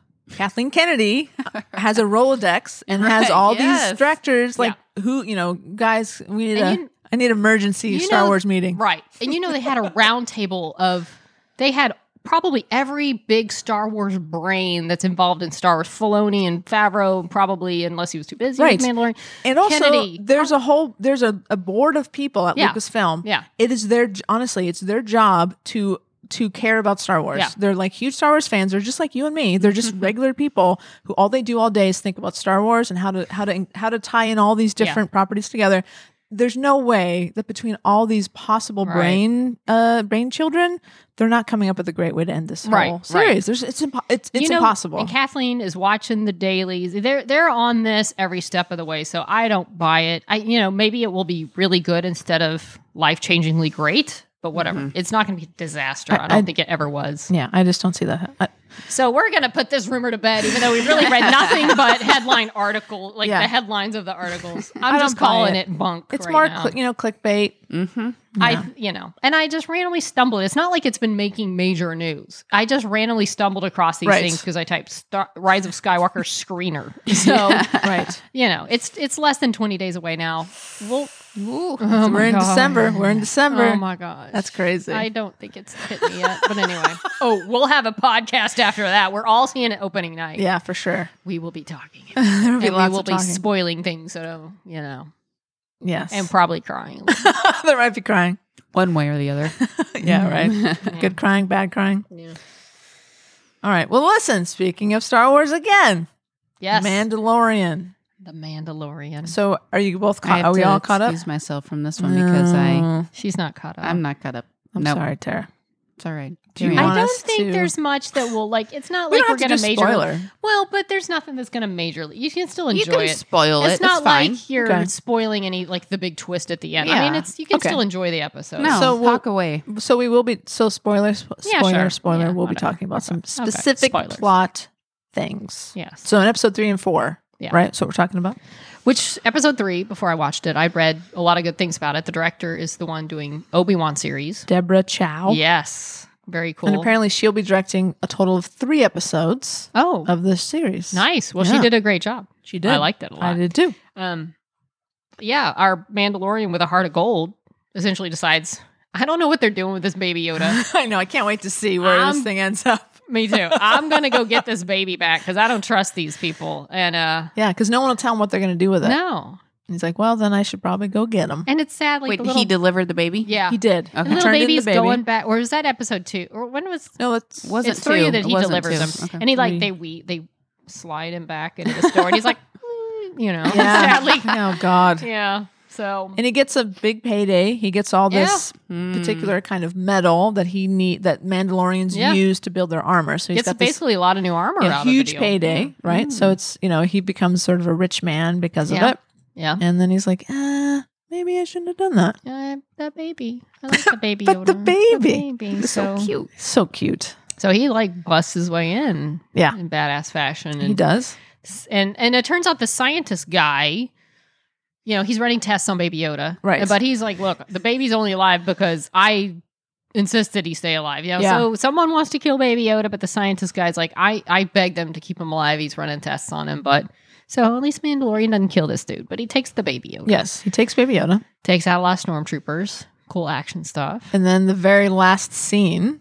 Speaker 2: Kathleen Kennedy has a Rolodex and has
Speaker 4: Right,
Speaker 2: all
Speaker 4: yes.
Speaker 2: these directors like who you know guys we need
Speaker 3: And
Speaker 2: a
Speaker 3: you-
Speaker 2: I need emergency
Speaker 3: you
Speaker 2: Star
Speaker 3: know-
Speaker 2: Wars meeting.
Speaker 3: Right. And you know, they had a round table of, they had probably every big Star Wars brain that's involved in Star Wars. Filoni and Favreau, probably, unless he was too busy
Speaker 2: Right.
Speaker 3: with Mandalorian.
Speaker 2: And also,
Speaker 3: Kennedy.
Speaker 2: there's a whole there's a, a board of people at
Speaker 3: Yeah.
Speaker 2: Lucasfilm.
Speaker 3: Yeah.
Speaker 2: it is their honestly, it's their job to to care about Star Wars.
Speaker 3: Yeah. Mm-hmm.
Speaker 2: They're like huge Star Wars fans. They're just like you and me. They're just regular people who all they do all day is think about Star Wars and how to how to how to tie in all these
Speaker 3: Yeah.
Speaker 2: different properties together. There's no way that between all these possible
Speaker 3: Right.
Speaker 2: brain uh brain children, they're not coming up with a great way to end this
Speaker 3: Right,
Speaker 2: whole
Speaker 3: right.
Speaker 2: series. There's it's impo- it's, it's
Speaker 3: You know,
Speaker 2: impossible.
Speaker 3: And Kathleen is watching the dailies. They're they're on this every step of the way. So I don't buy it. I you know maybe it will be really good instead of life changingly great, but whatever. It's not going to be a disaster. I, don't
Speaker 2: Mm-hmm. I-
Speaker 3: think it ever was.
Speaker 2: yeah, I just don't see that. I,
Speaker 3: So we're going to put this rumor to bed, even though we've really read nothing but headline article, like
Speaker 2: Yeah.
Speaker 3: the headlines of the articles. I'm
Speaker 2: I
Speaker 3: just
Speaker 2: don't buy
Speaker 3: calling it.
Speaker 2: it.
Speaker 3: bunk.
Speaker 2: it's
Speaker 3: right
Speaker 2: more
Speaker 3: now.
Speaker 2: cli- you know clickbait.
Speaker 3: I, you know, and I just randomly stumbled. It's not like it's been making major news. I just randomly stumbled across these
Speaker 2: Right.
Speaker 3: things because I typed Star- "Rise of Skywalker" screener. So
Speaker 2: right.
Speaker 3: you know, it's it's less than 20 days away now. We'll,
Speaker 4: Ooh.
Speaker 3: oh my
Speaker 2: We're in
Speaker 3: God.
Speaker 2: December. We're in December.
Speaker 3: Oh my gosh,
Speaker 2: That's crazy.
Speaker 3: I don't think it's hit me yet. But anyway, oh, we'll have a podcast after that. We're all seeing it opening night.
Speaker 2: yeah, for sure.
Speaker 3: we will be talking.
Speaker 2: There will be
Speaker 3: and we
Speaker 2: lots
Speaker 3: will
Speaker 2: of
Speaker 3: be
Speaker 2: talking.
Speaker 3: spoiling things, so you know,
Speaker 2: yes,
Speaker 3: and probably crying.
Speaker 2: there might be crying.
Speaker 4: One way or the other.
Speaker 2: yeah, right. Good crying, bad crying.
Speaker 3: Mm-hmm. Yeah.
Speaker 2: All right. Well, listen. Speaking of Star Wars again,
Speaker 3: yes, Mm.
Speaker 2: Mandalorian.
Speaker 3: the Mandalorian.
Speaker 2: So, are you both
Speaker 4: I
Speaker 2: caught?
Speaker 4: have
Speaker 2: Are we
Speaker 4: to
Speaker 2: all caught up?
Speaker 4: Excuse myself from this one because I
Speaker 2: No.
Speaker 3: She's not caught up.
Speaker 4: I'm not caught up.
Speaker 2: I'm
Speaker 4: no,
Speaker 2: sorry, Tara.
Speaker 4: it's all right.
Speaker 2: Do you
Speaker 4: Carry on.
Speaker 2: want-
Speaker 3: I don't
Speaker 2: us
Speaker 3: think
Speaker 2: to-
Speaker 3: there's much that will like. It's not
Speaker 2: We
Speaker 3: like
Speaker 2: don't
Speaker 3: we're
Speaker 2: have to
Speaker 3: gonna
Speaker 2: do
Speaker 3: major.
Speaker 2: spoiler.
Speaker 3: Well, but there's nothing that's gonna majorly. You can still
Speaker 4: you
Speaker 3: enjoy
Speaker 4: can
Speaker 3: it.
Speaker 4: spoil it.
Speaker 3: it's not
Speaker 4: fine.
Speaker 3: like you're
Speaker 2: Okay.
Speaker 3: spoiling any like the big twist at the end. I
Speaker 4: Yeah.
Speaker 3: mean, it's you can
Speaker 2: Okay.
Speaker 3: still enjoy the episode.
Speaker 4: no,
Speaker 2: So we'll-
Speaker 4: walk away.
Speaker 2: So we will be. So spoiler, sp-
Speaker 3: Yeah,
Speaker 2: spoiler,
Speaker 3: sure.
Speaker 2: spoiler.
Speaker 3: Yeah,
Speaker 2: we'll be
Speaker 3: whatever.
Speaker 2: talking about some
Speaker 3: Okay.
Speaker 2: specific
Speaker 3: Spoilers.
Speaker 2: plot things.
Speaker 3: Yes.
Speaker 2: So in episode three and four,
Speaker 3: Yeah.
Speaker 2: right? That's what we're talking about.
Speaker 3: Which episode three? Before I watched it, I read a lot of good things about it. The director is the one doing Obi Wan series.
Speaker 2: Deborah Chow.
Speaker 3: Yes, very cool.
Speaker 2: And apparently, she'll be directing a total of three episodes
Speaker 3: oh,
Speaker 2: of this series.
Speaker 3: Nice. Well, she
Speaker 2: Yeah.
Speaker 3: did a great job.
Speaker 2: She
Speaker 3: I liked it a
Speaker 2: I
Speaker 3: lot.
Speaker 2: did too.
Speaker 3: Um, yeah, our Mandalorian with a heart of gold essentially decides. I don't know what they're doing with this baby Yoda.
Speaker 2: I know. I can't wait to see
Speaker 3: where this I'm-
Speaker 2: thing ends up.
Speaker 3: Me too. I'm gonna go get this baby back because I don't trust these people. And uh,
Speaker 2: Yeah, because no one will tell him what they're going to do with it.
Speaker 3: no,
Speaker 2: And he's like, well, then I should probably go get him.
Speaker 3: and it's sad. Like
Speaker 4: Wait,
Speaker 3: the little,
Speaker 4: he delivered the baby.
Speaker 3: Yeah,
Speaker 2: He did.
Speaker 3: The
Speaker 4: Okay.
Speaker 2: He
Speaker 3: little
Speaker 2: turned in
Speaker 3: baby's
Speaker 2: the baby.
Speaker 3: going back. Or was that episode two? Or when was?
Speaker 2: No, let's.
Speaker 4: Was
Speaker 3: it's three that he delivers them,
Speaker 4: Okay.
Speaker 3: and he like
Speaker 2: Three.
Speaker 3: they we they slide him back into the store, and he's like, mm, you know,
Speaker 2: Yeah.
Speaker 3: sadly,
Speaker 2: oh God.
Speaker 3: yeah. So
Speaker 2: And he gets a big payday. He gets all this
Speaker 4: Hmm.
Speaker 2: particular kind of metal that he need that Mandalorians
Speaker 3: Yeah.
Speaker 2: use to build their armor. So he's
Speaker 3: gets
Speaker 2: got this
Speaker 3: basically a lot of new armor
Speaker 2: yeah,
Speaker 3: out
Speaker 2: huge
Speaker 3: of the deal. Mm.
Speaker 2: payday, right? So it's you know he becomes sort of a rich man because
Speaker 3: Yeah.
Speaker 2: of it.
Speaker 3: Yeah.
Speaker 2: And then he's like, uh, maybe I shouldn't have done that.
Speaker 3: Uh, that baby. I like the baby.
Speaker 2: But the
Speaker 3: Yoda.
Speaker 2: baby.
Speaker 3: baby. So,
Speaker 4: cute.
Speaker 2: So cute.
Speaker 3: So he like busts his way in.
Speaker 2: Yeah.
Speaker 3: In badass fashion.
Speaker 2: He
Speaker 3: And,
Speaker 2: does.
Speaker 3: and and it turns out the scientist guy you know, he's running tests on Baby Yoda.
Speaker 2: Right.
Speaker 3: But he's like, look, the baby's only alive because I insisted he stay alive. You know,
Speaker 2: Yeah.
Speaker 3: so someone wants to kill Baby Yoda, but the scientist guy's like, I, I beg them to keep him alive. He's running tests on him. But so at least Mandalorian doesn't kill this dude, but he takes the Baby Yoda.
Speaker 2: Yes, he takes Baby Yoda.
Speaker 3: Takes out a lot of stormtroopers. Cool action stuff.
Speaker 2: And then the very last scene,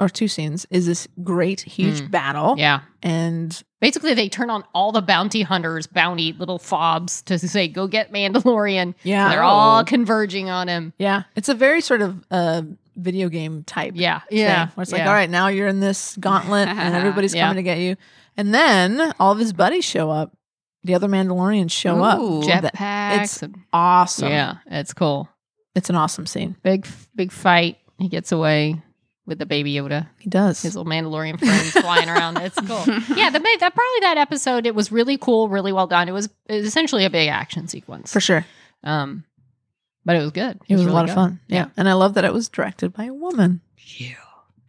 Speaker 2: or two scenes, is this great, huge battle.
Speaker 3: Mm. Yeah.
Speaker 2: And
Speaker 3: Basically, they turn on all the bounty hunters, bounty little fobs to say, go get Mandalorian.
Speaker 2: yeah, Oh.
Speaker 3: They're all converging on him.
Speaker 2: yeah. It's a very sort of uh, video game type.
Speaker 3: Yeah.
Speaker 2: thing,
Speaker 3: Yeah.
Speaker 2: where it's
Speaker 3: yeah.
Speaker 2: like, all right, now you're in this gauntlet, and everybody's
Speaker 3: Yeah.
Speaker 2: coming to get you. And then all of his buddies show up. The other Mandalorians show
Speaker 4: Ooh.
Speaker 2: up. That-
Speaker 3: Jetpacks.
Speaker 2: it's
Speaker 3: and-
Speaker 2: awesome.
Speaker 3: Yeah, it's cool.
Speaker 2: It's an awesome scene.
Speaker 3: Big big fight. He gets away with the baby Yoda.
Speaker 2: He does.
Speaker 3: His little Mandalorian friends flying around. It's cool. Yeah, the ma- that probably that episode. It was really cool, really well done. It was essentially a big action sequence.
Speaker 2: For sure.
Speaker 3: Um, but it was good.
Speaker 2: It was,
Speaker 3: really
Speaker 2: a lot
Speaker 3: good.
Speaker 2: of fun. Yeah.
Speaker 3: Yeah.
Speaker 2: And I love that it was directed by a woman.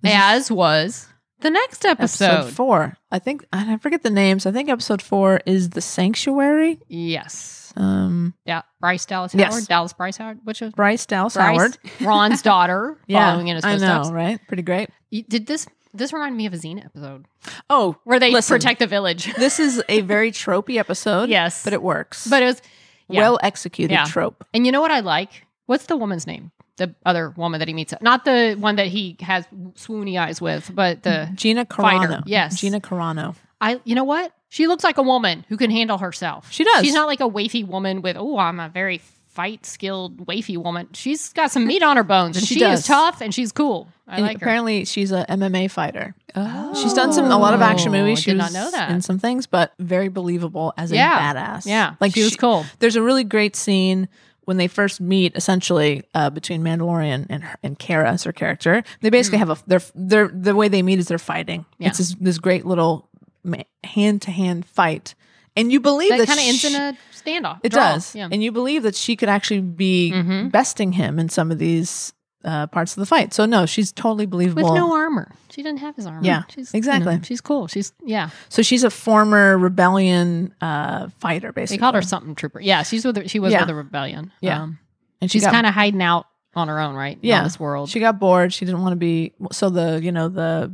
Speaker 3: As was the next episode.
Speaker 2: Episode four. I think, and I forget the names. I think episode four is The Sanctuary.
Speaker 3: Yes.
Speaker 2: Um,
Speaker 3: Yeah. Bryce Dallas Howard.
Speaker 2: Yes.
Speaker 3: Dallas Bryce Howard. Which is
Speaker 2: Bryce Dallas
Speaker 3: Bryce,
Speaker 2: Howard.
Speaker 3: Ron's daughter, following in his
Speaker 2: I
Speaker 3: footsteps.
Speaker 2: know, right? Pretty great.
Speaker 3: You- Did this? This reminded me of a Xena episode
Speaker 2: Oh,
Speaker 3: where they
Speaker 2: Listen.
Speaker 3: protect the village.
Speaker 2: this is a very tropey episode.
Speaker 3: yes,
Speaker 2: But it works.
Speaker 3: But it was yeah.
Speaker 2: well executed
Speaker 3: Yeah.
Speaker 2: trope.
Speaker 3: And you know what I like? What's the woman's name? The other woman that he meets, not the one that he has swoony eyes with, but the
Speaker 2: Gina Carano.
Speaker 3: Fighter, yes.
Speaker 2: Gina Carano.
Speaker 3: I. You know what? She looks like a woman who can handle herself.
Speaker 2: She does.
Speaker 3: She's not like a waify woman with oh, I'm a very fight skilled waify woman. She's got some meat on her bones, and
Speaker 2: She
Speaker 3: she,
Speaker 2: does.
Speaker 3: is tough, and she's cool. I
Speaker 2: and
Speaker 3: like her.
Speaker 2: apparently she's a MMA fighter.
Speaker 4: Oh.
Speaker 2: She's done some a lot of action movies.
Speaker 3: Oh, I
Speaker 2: She
Speaker 3: did not
Speaker 2: was
Speaker 3: know that.
Speaker 2: in some things, but very believable as
Speaker 3: Yeah.
Speaker 2: a badass.
Speaker 3: Yeah, like she was cool.
Speaker 2: There's a really great scene when they first meet, essentially uh, between Mandalorian and her, and Kara as her character. They basically have a they're they're the way they meet is they're fighting.
Speaker 3: Hmm. Yeah.
Speaker 2: It's this, this great little hand to hand fight, and you believe
Speaker 3: That
Speaker 2: that,
Speaker 3: kind of ends
Speaker 2: she-
Speaker 3: in a standoff.
Speaker 2: it
Speaker 3: draw.
Speaker 2: does,
Speaker 3: Yeah.
Speaker 2: and you believe that she could actually be
Speaker 3: Mhm.
Speaker 2: besting him in some of these uh, parts of the fight. So no, she's totally
Speaker 3: with
Speaker 2: believable.
Speaker 3: no armor. She didn't have his armor.
Speaker 2: Yeah,
Speaker 3: she's
Speaker 2: exactly.
Speaker 3: know, she's cool. She's yeah.
Speaker 2: So she's a former rebellion uh, fighter,
Speaker 3: They
Speaker 2: basically.
Speaker 3: called her something trooper. Yeah, she's with the, she was
Speaker 2: Yeah.
Speaker 3: with the rebellion.
Speaker 2: Yeah.
Speaker 3: Um,
Speaker 2: and she
Speaker 3: she's
Speaker 2: got-
Speaker 3: kind of hiding out on her own, right?
Speaker 2: Yeah.
Speaker 3: in this world.
Speaker 2: She got bored. She didn't want to be. So the you know the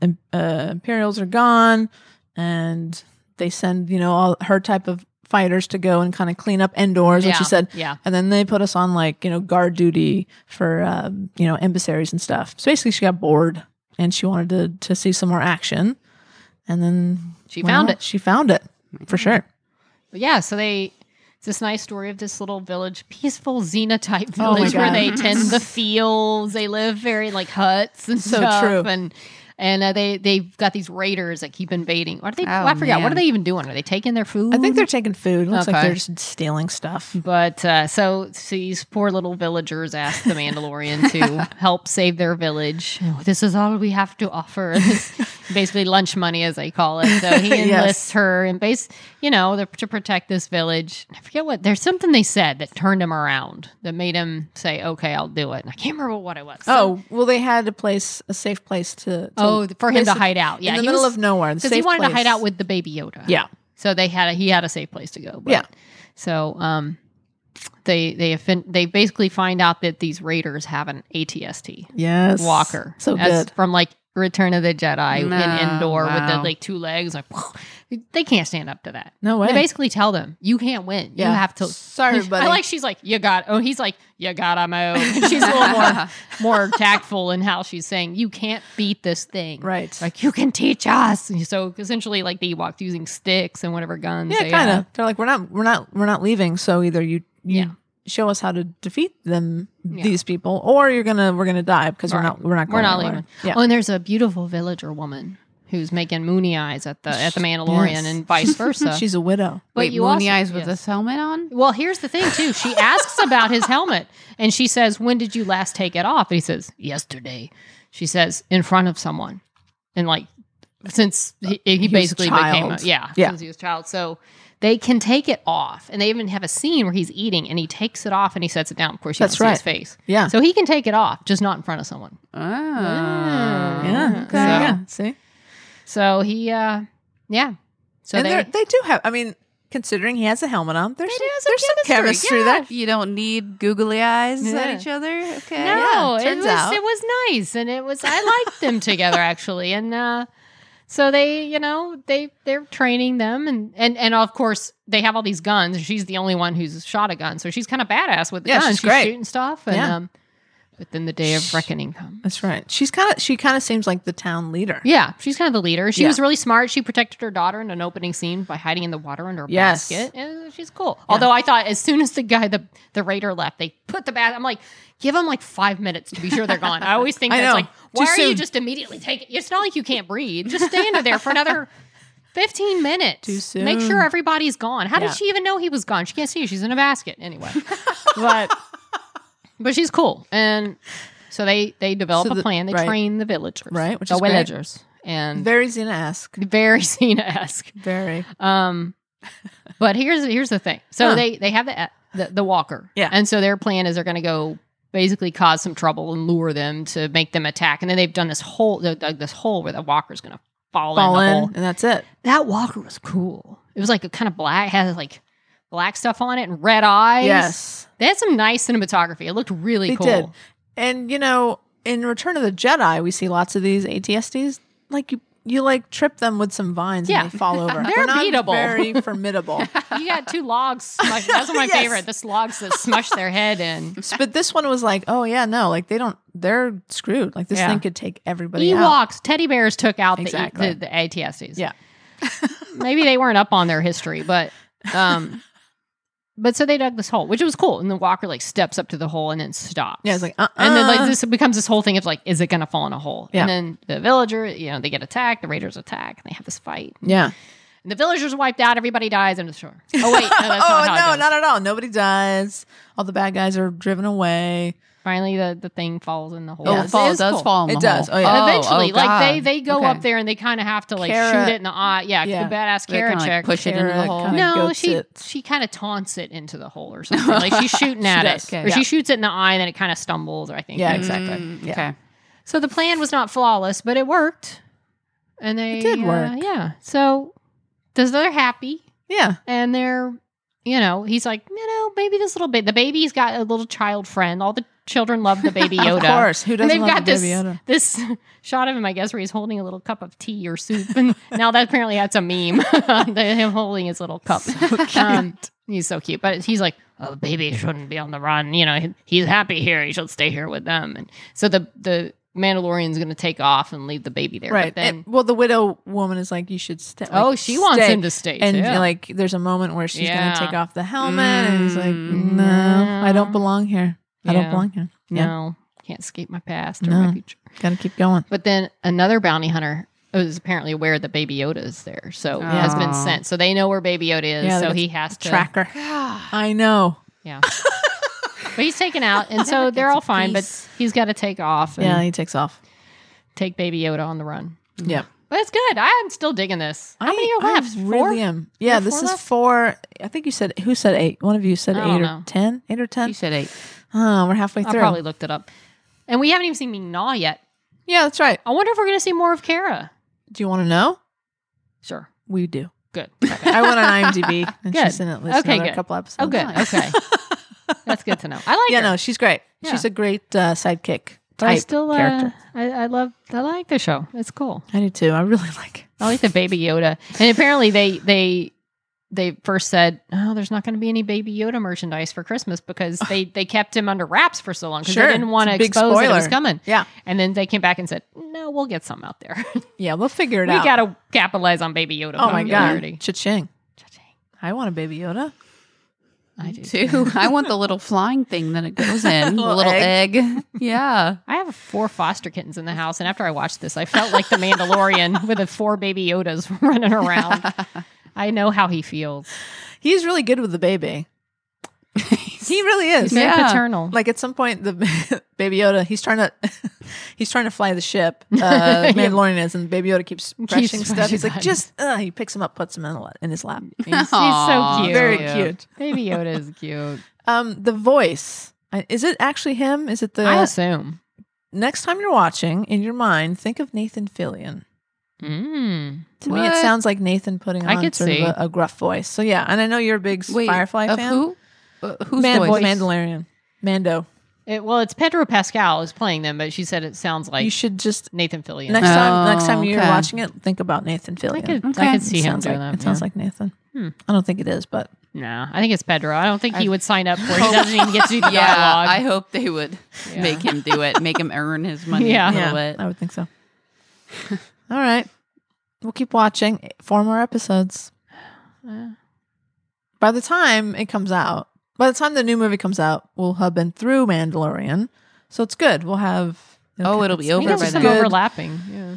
Speaker 2: um, uh, Imperials are gone, and they send you know all her type of fighters to go and kind of clean up Endor's, which
Speaker 3: Yeah,
Speaker 2: she said.
Speaker 3: Yeah,
Speaker 2: And then they put us on like you know guard duty for um, you know emissaries and stuff. So basically, she got bored and she wanted to to see some more action, and then
Speaker 3: she
Speaker 2: well,
Speaker 3: found it.
Speaker 2: She found it for sure.
Speaker 3: But yeah, so they. It's this nice story of this little village, peaceful Xena type
Speaker 2: Oh my
Speaker 3: village where
Speaker 2: God.
Speaker 3: they tend the fields. They live very like huts and
Speaker 2: So
Speaker 3: stuff.
Speaker 2: true.
Speaker 3: And and uh, they they've got these raiders that keep invading. What are they?
Speaker 4: Oh,
Speaker 3: I forgot. What
Speaker 4: man.
Speaker 3: are they even doing? Are they taking their food?
Speaker 2: I think they're taking food. Looks
Speaker 3: Mm-hmm.
Speaker 2: like
Speaker 3: Okay.
Speaker 2: they're just stealing stuff.
Speaker 3: But uh, so, so these poor little villagers asked the Mandalorian to help save their village. This is all we have to offer. This- basically, lunch money, as they call it. So he
Speaker 2: Yes.
Speaker 3: enlists her, and base, you know, the, to protect this village. I forget what there's something they said that turned him around, that made him say, "Okay, I'll do it." And I can't remember what it was.
Speaker 2: Oh well, they had a place, a safe place to. to
Speaker 3: oh, for him
Speaker 2: place
Speaker 3: to hide out. Yeah,
Speaker 2: in the
Speaker 3: he
Speaker 2: middle
Speaker 3: was-
Speaker 2: of nowhere.
Speaker 3: because he wanted to hide out with the baby Yoda.
Speaker 2: Yeah,
Speaker 3: So they had a, he had a safe place to go. But,
Speaker 2: Yeah.
Speaker 3: So um, they they offend, they basically find out that these raiders have an ATST
Speaker 2: yes,
Speaker 3: walker.
Speaker 2: So
Speaker 3: as
Speaker 2: good.
Speaker 3: from like Return of the Jedi
Speaker 4: No,
Speaker 3: in Endor with the
Speaker 4: wow.
Speaker 3: like two legs. Like they can't stand up to that.
Speaker 2: No way.
Speaker 3: They basically tell them you can't win.
Speaker 2: Yeah.
Speaker 3: You have to.
Speaker 2: Sorry, buddy.
Speaker 3: I like she's like you got. Oh, he's like you gotta move. And she's a little more more tactful in how she's saying you can't beat this thing.
Speaker 2: right.
Speaker 3: Like you can teach us. And So essentially, like the Ewoks using sticks and whatever guns.
Speaker 2: yeah,
Speaker 3: they uh,
Speaker 2: kind of.
Speaker 3: have.
Speaker 2: They're like, we're not, we're not, we're not leaving. So either you, you
Speaker 3: Yeah.
Speaker 2: show us how to defeat them,
Speaker 3: Yeah.
Speaker 2: these people, or you're gonna, we're gonna die because we're
Speaker 3: Right.
Speaker 2: not, we're not, going
Speaker 3: We're not
Speaker 2: anywhere.
Speaker 3: leaving.
Speaker 2: Yeah.
Speaker 3: Oh, and there's a beautiful villager woman who's making moony eyes at the at the Mandalorian
Speaker 2: Yes.
Speaker 3: and uh, vice versa.
Speaker 2: She's a widow.
Speaker 3: but
Speaker 4: Wait,
Speaker 3: you
Speaker 4: Moony
Speaker 3: also-
Speaker 4: Eyes with
Speaker 3: yes.
Speaker 4: this helmet on?
Speaker 3: Well, here's the thing too. She asks about his helmet and she says, "When did you last take it off?" And he says, "Yesterday." She says, "In front of someone." And like since he, he,
Speaker 2: was a
Speaker 3: basically became a,
Speaker 2: child.
Speaker 3: yeah,
Speaker 2: Yeah.
Speaker 3: since he was a child. So they can take it off. And they even have a scene where he's eating and he takes it off and he sets it down. Of course, you
Speaker 2: That's
Speaker 3: don't see his
Speaker 2: right.
Speaker 3: face.
Speaker 2: Yeah.
Speaker 3: So he can take it off, just not in front of someone.
Speaker 4: Oh.
Speaker 2: yeah.
Speaker 4: Yeah.
Speaker 2: Okay.
Speaker 3: Oh, So-
Speaker 2: yeah. See.
Speaker 3: So he, uh, yeah. So
Speaker 2: and
Speaker 3: they,
Speaker 2: they, they do have. I mean, considering he has a helmet on. There's,
Speaker 3: It
Speaker 2: some-
Speaker 3: is a
Speaker 2: there's some
Speaker 3: chemistry,
Speaker 2: chemistry
Speaker 3: yeah.
Speaker 2: there.
Speaker 4: You don't need googly eyes
Speaker 2: Yeah.
Speaker 4: at each other. Okay.
Speaker 3: No,
Speaker 2: Yeah,
Speaker 3: it
Speaker 2: turns
Speaker 3: was
Speaker 2: out.
Speaker 3: it was nice, and it was I liked them together actually, and uh, so they, you know, they they're training them, and and and of course they have all these guns, and she's the only one who's shot a gun, so she's kind of badass with the
Speaker 4: Yeah,
Speaker 3: gun.
Speaker 4: she's great.
Speaker 3: shooting stuff, and
Speaker 2: Yeah.
Speaker 3: um, but then the day of reckoning comes.
Speaker 2: That's right. She's kind of she kind of seems like the town leader.
Speaker 3: Yeah, she's kind of the leader. She
Speaker 2: Yeah.
Speaker 3: was really smart. She protected her daughter in an opening scene by hiding in the water under a
Speaker 2: Yes.
Speaker 3: basket. And she's cool. Although I thought as soon as the guy, the, the raider left, they put the bat. I'm like, give them like five minutes to be sure they're gone. I always think
Speaker 2: I
Speaker 3: that's
Speaker 2: know.
Speaker 3: like, why
Speaker 2: Too
Speaker 3: are you
Speaker 2: soon.
Speaker 3: just immediately taking? It's not like you can't breathe. Just stay under there for another. 15 minutes.
Speaker 2: Too
Speaker 3: Make
Speaker 2: soon.
Speaker 3: sure everybody's gone. How
Speaker 2: Yeah.
Speaker 3: did she even know he was gone? She can't see you. She's in a basket anyway.
Speaker 2: But
Speaker 3: but she's cool. And so they they develop
Speaker 2: So
Speaker 3: a
Speaker 2: the-
Speaker 3: plan. They
Speaker 2: right.
Speaker 3: train the villagers.
Speaker 2: Right, which
Speaker 3: the
Speaker 2: is great.
Speaker 3: villagers. And
Speaker 2: very Xena-esque.
Speaker 3: very Xena-esque.
Speaker 2: Very.
Speaker 3: Um, but here's here's the thing. So
Speaker 2: Huh.
Speaker 3: they they have the, the the walker,
Speaker 2: Yeah.
Speaker 3: and so their plan is they're going to go basically cause some trouble and lure them to make them attack, and then they've done this whole they've dug this hole where the walker's going to fall,
Speaker 2: Fall
Speaker 3: in. The
Speaker 2: in,
Speaker 3: hole.
Speaker 2: and that's it.
Speaker 3: That walker was cool. It was like a kind of black had like black stuff on it and red eyes.
Speaker 2: Yes.
Speaker 3: they had some nice cinematography. It looked really
Speaker 2: They
Speaker 3: cool.
Speaker 2: did. And you know, in Return of the Jedi, we see lots of these ATSDs. Like you, you like trip them with some vines
Speaker 3: Yeah.
Speaker 2: and they fall over.
Speaker 3: They're
Speaker 2: not
Speaker 3: beatable.
Speaker 2: Very formidable.
Speaker 3: You got two logs. Smushed. That's one of my
Speaker 2: Yes.
Speaker 3: favorite. This logs that smush their head in.
Speaker 2: S- but this one was like, oh yeah, no, like they don't. They're screwed. Like this
Speaker 3: Yeah.
Speaker 2: thing could take everybody out.
Speaker 3: Ewoks, teddy bears took out
Speaker 2: Exactly.
Speaker 3: the, the, the ATSDs.
Speaker 2: Yeah.
Speaker 3: Maybe they weren't up on their history, but um but so they dug this hole, which was cool. And the walker like steps up to the hole and then stops.
Speaker 2: Yeah, it's like uh-uh.
Speaker 3: and then like this becomes this whole thing of like, is it gonna fall in a hole?
Speaker 2: Yeah.
Speaker 3: And then the villager, you know, they get attacked, the raiders attack, and they have this fight.
Speaker 2: yeah.
Speaker 3: And the villagers are wiped out, everybody dies, and it's sure. Oh wait, no, that's
Speaker 2: oh
Speaker 3: not how it
Speaker 2: no,
Speaker 3: goes.
Speaker 2: not at all. Nobody dies. All the bad guys are driven away.
Speaker 3: Finally the, the thing falls in the hole.
Speaker 4: Oh,
Speaker 2: Yeah,
Speaker 4: it
Speaker 2: it
Speaker 4: fall,
Speaker 2: is
Speaker 4: does
Speaker 2: cool.
Speaker 4: fall in the
Speaker 2: It does.
Speaker 4: hole.
Speaker 2: Oh, yeah.
Speaker 3: And
Speaker 4: Oh,
Speaker 3: eventually,
Speaker 4: oh,
Speaker 3: like they
Speaker 4: God.
Speaker 3: they go
Speaker 4: Okay.
Speaker 3: up there and they kind of have to like
Speaker 2: Carrot.
Speaker 3: shoot it in the eye. Yeah,
Speaker 2: Yeah.
Speaker 3: the badass
Speaker 4: They kinda,
Speaker 3: carrot
Speaker 4: like,
Speaker 3: check.
Speaker 4: push it into the
Speaker 2: Carrot
Speaker 4: hole.
Speaker 2: kinda
Speaker 3: no,
Speaker 2: goats
Speaker 3: she
Speaker 2: it.
Speaker 3: she kind of taunts it into the hole or something. Like she's shooting at
Speaker 2: does,
Speaker 3: us,
Speaker 2: okay.
Speaker 3: or
Speaker 2: Yeah.
Speaker 3: she shoots it in the eye, and then it kind of stumbles. Or I think.
Speaker 2: Yeah,
Speaker 3: Mm.
Speaker 2: exactly. yeah.
Speaker 4: Okay.
Speaker 3: So the plan was not flawless, but it worked, and they
Speaker 2: It did
Speaker 3: uh,
Speaker 2: work.
Speaker 3: yeah. So does they're happy
Speaker 2: Yeah.
Speaker 3: and they're you know he's like you know maybe this little bit the baby's got a little child friend. All the children love the baby Yoda.
Speaker 2: Of course. Who
Speaker 3: and
Speaker 2: doesn't
Speaker 3: they've
Speaker 2: love
Speaker 3: got
Speaker 2: the
Speaker 3: this
Speaker 2: baby Yoda?
Speaker 3: this shot of him, I guess, where he's holding a little cup of tea or soup, and now that apparently that's a meme. him holding his little cup. Um, he's so cute, but he's like, "Oh, baby shouldn't be on the run. You know, he, he's happy here. He should stay here with them." And so the the Mandalorian's going to take off and leave the baby there.
Speaker 2: Right.
Speaker 3: But then,
Speaker 2: And- well, the widow woman is like, you should stay.
Speaker 3: oh, she wants him to stay.
Speaker 2: And
Speaker 3: too.
Speaker 2: like, there's a moment where she's
Speaker 3: Yeah. Mm-hmm.
Speaker 2: gonna take off the helmet, and he's like,
Speaker 4: Mm.
Speaker 2: "No, I don't belong here. I
Speaker 3: Yeah.
Speaker 2: don't belong here. Yeah,
Speaker 3: no, can't escape my past or
Speaker 2: No.
Speaker 3: my future.
Speaker 2: gotta keep going."
Speaker 3: But then another bounty hunter is apparently aware that Baby Yoda is there, so
Speaker 4: Yeah.
Speaker 3: has been sent. So they know where Baby Yoda is.
Speaker 2: Oh. Yeah,
Speaker 3: so
Speaker 2: like
Speaker 3: he has to
Speaker 2: Tracker. I know.
Speaker 3: Yeah. but he's taken out, and so they're all fine. But he's got to take off and
Speaker 2: Yeah, he takes off.
Speaker 3: take Baby Yoda on the run.
Speaker 2: Mm. Yeah,
Speaker 3: But it's good. I'm still digging this. How many are
Speaker 2: I
Speaker 3: left?
Speaker 2: Really
Speaker 3: Four.
Speaker 2: am. Yeah,
Speaker 3: There are
Speaker 2: this
Speaker 3: four
Speaker 2: is
Speaker 3: left?
Speaker 2: four. I think you said who said eight. One of you said
Speaker 3: I
Speaker 2: eight
Speaker 3: don't
Speaker 2: or
Speaker 3: know.
Speaker 2: ten. Eight or ten.
Speaker 4: You said eight.
Speaker 2: Oh, we're halfway
Speaker 3: I
Speaker 2: through.
Speaker 3: probably looked it up, and we haven't even seen Ming-Na yet.
Speaker 2: Yeah, that's right.
Speaker 3: I wonder if we're going to see more of Kara.
Speaker 2: Do you want to know?
Speaker 3: Sure.
Speaker 2: We do.
Speaker 3: Good.
Speaker 2: I went on IMDb, and
Speaker 3: Good.
Speaker 2: she's in at least
Speaker 3: Okay,
Speaker 2: another
Speaker 3: good.
Speaker 2: couple episodes.
Speaker 3: Oh, good.
Speaker 4: nice.
Speaker 3: Okay. That's good to know. I like
Speaker 2: Yeah,
Speaker 3: her.
Speaker 2: no, she's great.
Speaker 3: Yeah.
Speaker 2: She's a great uh, sidekick.
Speaker 3: but I
Speaker 2: type
Speaker 3: still uh,
Speaker 2: character.
Speaker 3: I, I love I like the show. It's cool.
Speaker 2: I do too. I really like. it.
Speaker 3: I like the Oh, baby Yoda. And apparently they they they first said, "Oh, there's not going to be any baby Yoda merchandise for Christmas because they they kept him under wraps for so long because
Speaker 2: Sure.
Speaker 3: they didn't want to
Speaker 2: It's a big
Speaker 3: expose that it was
Speaker 2: spoiler.
Speaker 3: coming."
Speaker 2: Yeah,
Speaker 3: And then they came back and said, "No, we'll get some out there.
Speaker 2: yeah, we'll figure it
Speaker 3: we
Speaker 2: out.
Speaker 3: got to capitalize on baby Yoda
Speaker 2: oh my
Speaker 3: popularity."
Speaker 2: god, cha-ching!
Speaker 3: Cha-ching.
Speaker 2: I want a baby Yoda.
Speaker 3: I do. too.
Speaker 4: Two. I want the little flying thing that it goes in. the
Speaker 2: Little
Speaker 4: little egg. Yeah.
Speaker 3: I have four foster kittens in the house, and after I watched this, I felt like the Mandalorian with the four baby Yodas running around. I know how he feels.
Speaker 2: He's really good with the baby. he really
Speaker 3: He's
Speaker 2: is.
Speaker 3: very
Speaker 4: Yeah.
Speaker 3: paternal.
Speaker 2: Like at some point, the baby Yoda, he's trying to, he's trying to fly the ship. Uh, Mandalorian is, and baby Yoda keeps brushing stuff.
Speaker 3: brushing
Speaker 2: He's like,
Speaker 3: buttons.
Speaker 2: just uh, he picks him up, puts him in, a- in his lap.
Speaker 3: he's, he's so
Speaker 4: Aw,
Speaker 3: cute.
Speaker 2: Very
Speaker 4: Cute.
Speaker 2: cute.
Speaker 3: Baby Yoda is cute.
Speaker 2: Um, the voice. I- Is it actually him? Is it the
Speaker 3: I assume.
Speaker 2: next time you're watching in your mind? Think of Nathan Fillion.
Speaker 3: Mm.
Speaker 2: To me, it
Speaker 4: What?
Speaker 2: sounds like Nathan putting
Speaker 3: I
Speaker 2: on
Speaker 3: could
Speaker 2: sort
Speaker 3: see.
Speaker 2: of a, a gruff voice. So yeah, and I know you're a big
Speaker 4: Wait,
Speaker 2: Firefly
Speaker 4: of
Speaker 2: fan.
Speaker 4: who? Uh, whose
Speaker 2: Man,
Speaker 4: voice?
Speaker 2: Mandalorian, Mando.
Speaker 3: It, well, it's Pedro Pascal is playing them, but she said it sounds like
Speaker 2: you should just
Speaker 3: Nathan Fillion.
Speaker 2: next time next
Speaker 4: Oh,
Speaker 2: time you're
Speaker 4: okay.
Speaker 2: watching it, think about Nathan Fillion.
Speaker 3: I could,
Speaker 4: Okay.
Speaker 3: I could see
Speaker 2: it
Speaker 3: him
Speaker 2: sounds
Speaker 3: doing
Speaker 2: like,
Speaker 3: that.
Speaker 2: It sounds
Speaker 3: yeah.
Speaker 2: like Nathan.
Speaker 3: Hmm.
Speaker 2: I don't think it is, but
Speaker 3: No, I think it's Pedro. I don't think he
Speaker 4: I-
Speaker 3: would sign up
Speaker 2: Oh.
Speaker 3: where he doesn't even get to do the
Speaker 4: Yeah,
Speaker 3: dialogue.
Speaker 4: I hope they would
Speaker 3: Yeah.
Speaker 4: make him do it, make him earn his money
Speaker 3: Yeah.
Speaker 4: a little
Speaker 2: yeah,
Speaker 4: bit.
Speaker 2: I would think so. All right, we'll keep watching four more episodes.
Speaker 3: Yeah.
Speaker 2: By the time it comes out, by the time the new movie comes out, we'll have been through Mandalorian, so it's good. We'll have
Speaker 4: Oh, it'll be
Speaker 2: it's-
Speaker 4: over
Speaker 3: Maybe
Speaker 4: by
Speaker 2: it's
Speaker 3: there's
Speaker 4: then.
Speaker 3: some
Speaker 2: good.
Speaker 3: overlapping. Yeah,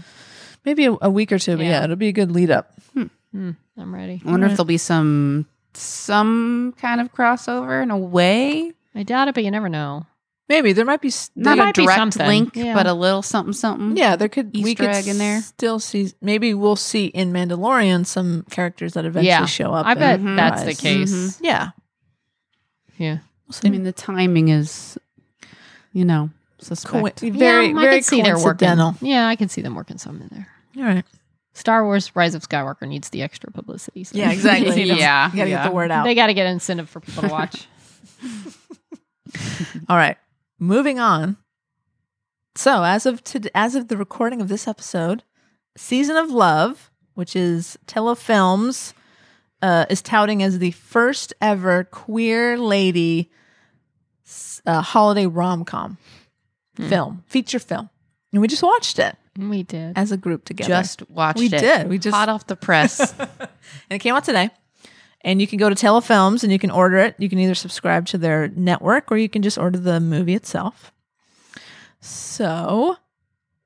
Speaker 2: Maybe a, a week or two, but yeah.
Speaker 3: Yeah.
Speaker 2: it'll be a good lead up.
Speaker 3: Hmm, I'm ready.
Speaker 4: I wonder
Speaker 2: Right.
Speaker 4: if there'll be some some kind of crossover in a way.
Speaker 3: I doubt it, but you never know.
Speaker 2: Maybe there might be s-
Speaker 3: There
Speaker 4: Not a
Speaker 3: might be
Speaker 4: direct
Speaker 3: something.
Speaker 4: link,
Speaker 3: Yeah.
Speaker 4: but a little something something.
Speaker 2: Yeah, there could we
Speaker 4: Easter
Speaker 2: could
Speaker 4: egg in there.
Speaker 2: Still see maybe we'll see in Mandalorian some characters that eventually
Speaker 3: Yeah,
Speaker 2: show up. Mm-hmm.
Speaker 3: I
Speaker 2: and
Speaker 3: bet
Speaker 4: Mhm.
Speaker 3: that's the
Speaker 2: rise.
Speaker 3: case.
Speaker 4: Mhm.
Speaker 2: Yeah,
Speaker 3: Yeah.
Speaker 2: we'll see.
Speaker 4: I mean the timing is you know, suspect.
Speaker 2: Coi- very
Speaker 3: yeah, I
Speaker 2: very
Speaker 3: could see they're
Speaker 2: coincidental.
Speaker 3: working. Yeah, I can see them working some in there.
Speaker 2: All right.
Speaker 3: Star Wars: Rise of Skywalker needs the extra publicity. so-
Speaker 2: Yeah, exactly.
Speaker 4: yeah.
Speaker 2: You gotta
Speaker 4: Ah, yeah.
Speaker 2: get the word out.
Speaker 3: They got to get incentive for people to watch.
Speaker 2: All right. Moving on. So as of to as of the recording of this episode, Season of Love, which is Telefilms, uh, is touting as the first ever queer lady s- uh, holiday rom com
Speaker 3: Hmm.
Speaker 2: film feature film, and we just watched it
Speaker 3: we did.
Speaker 2: as a group together.
Speaker 4: Just watched
Speaker 2: we
Speaker 4: it.
Speaker 2: did. We just
Speaker 4: Hot off the press.
Speaker 2: and it came out today. And you can go to Telefilms and you can order it. You can either subscribe to their network or you can just order the movie itself. So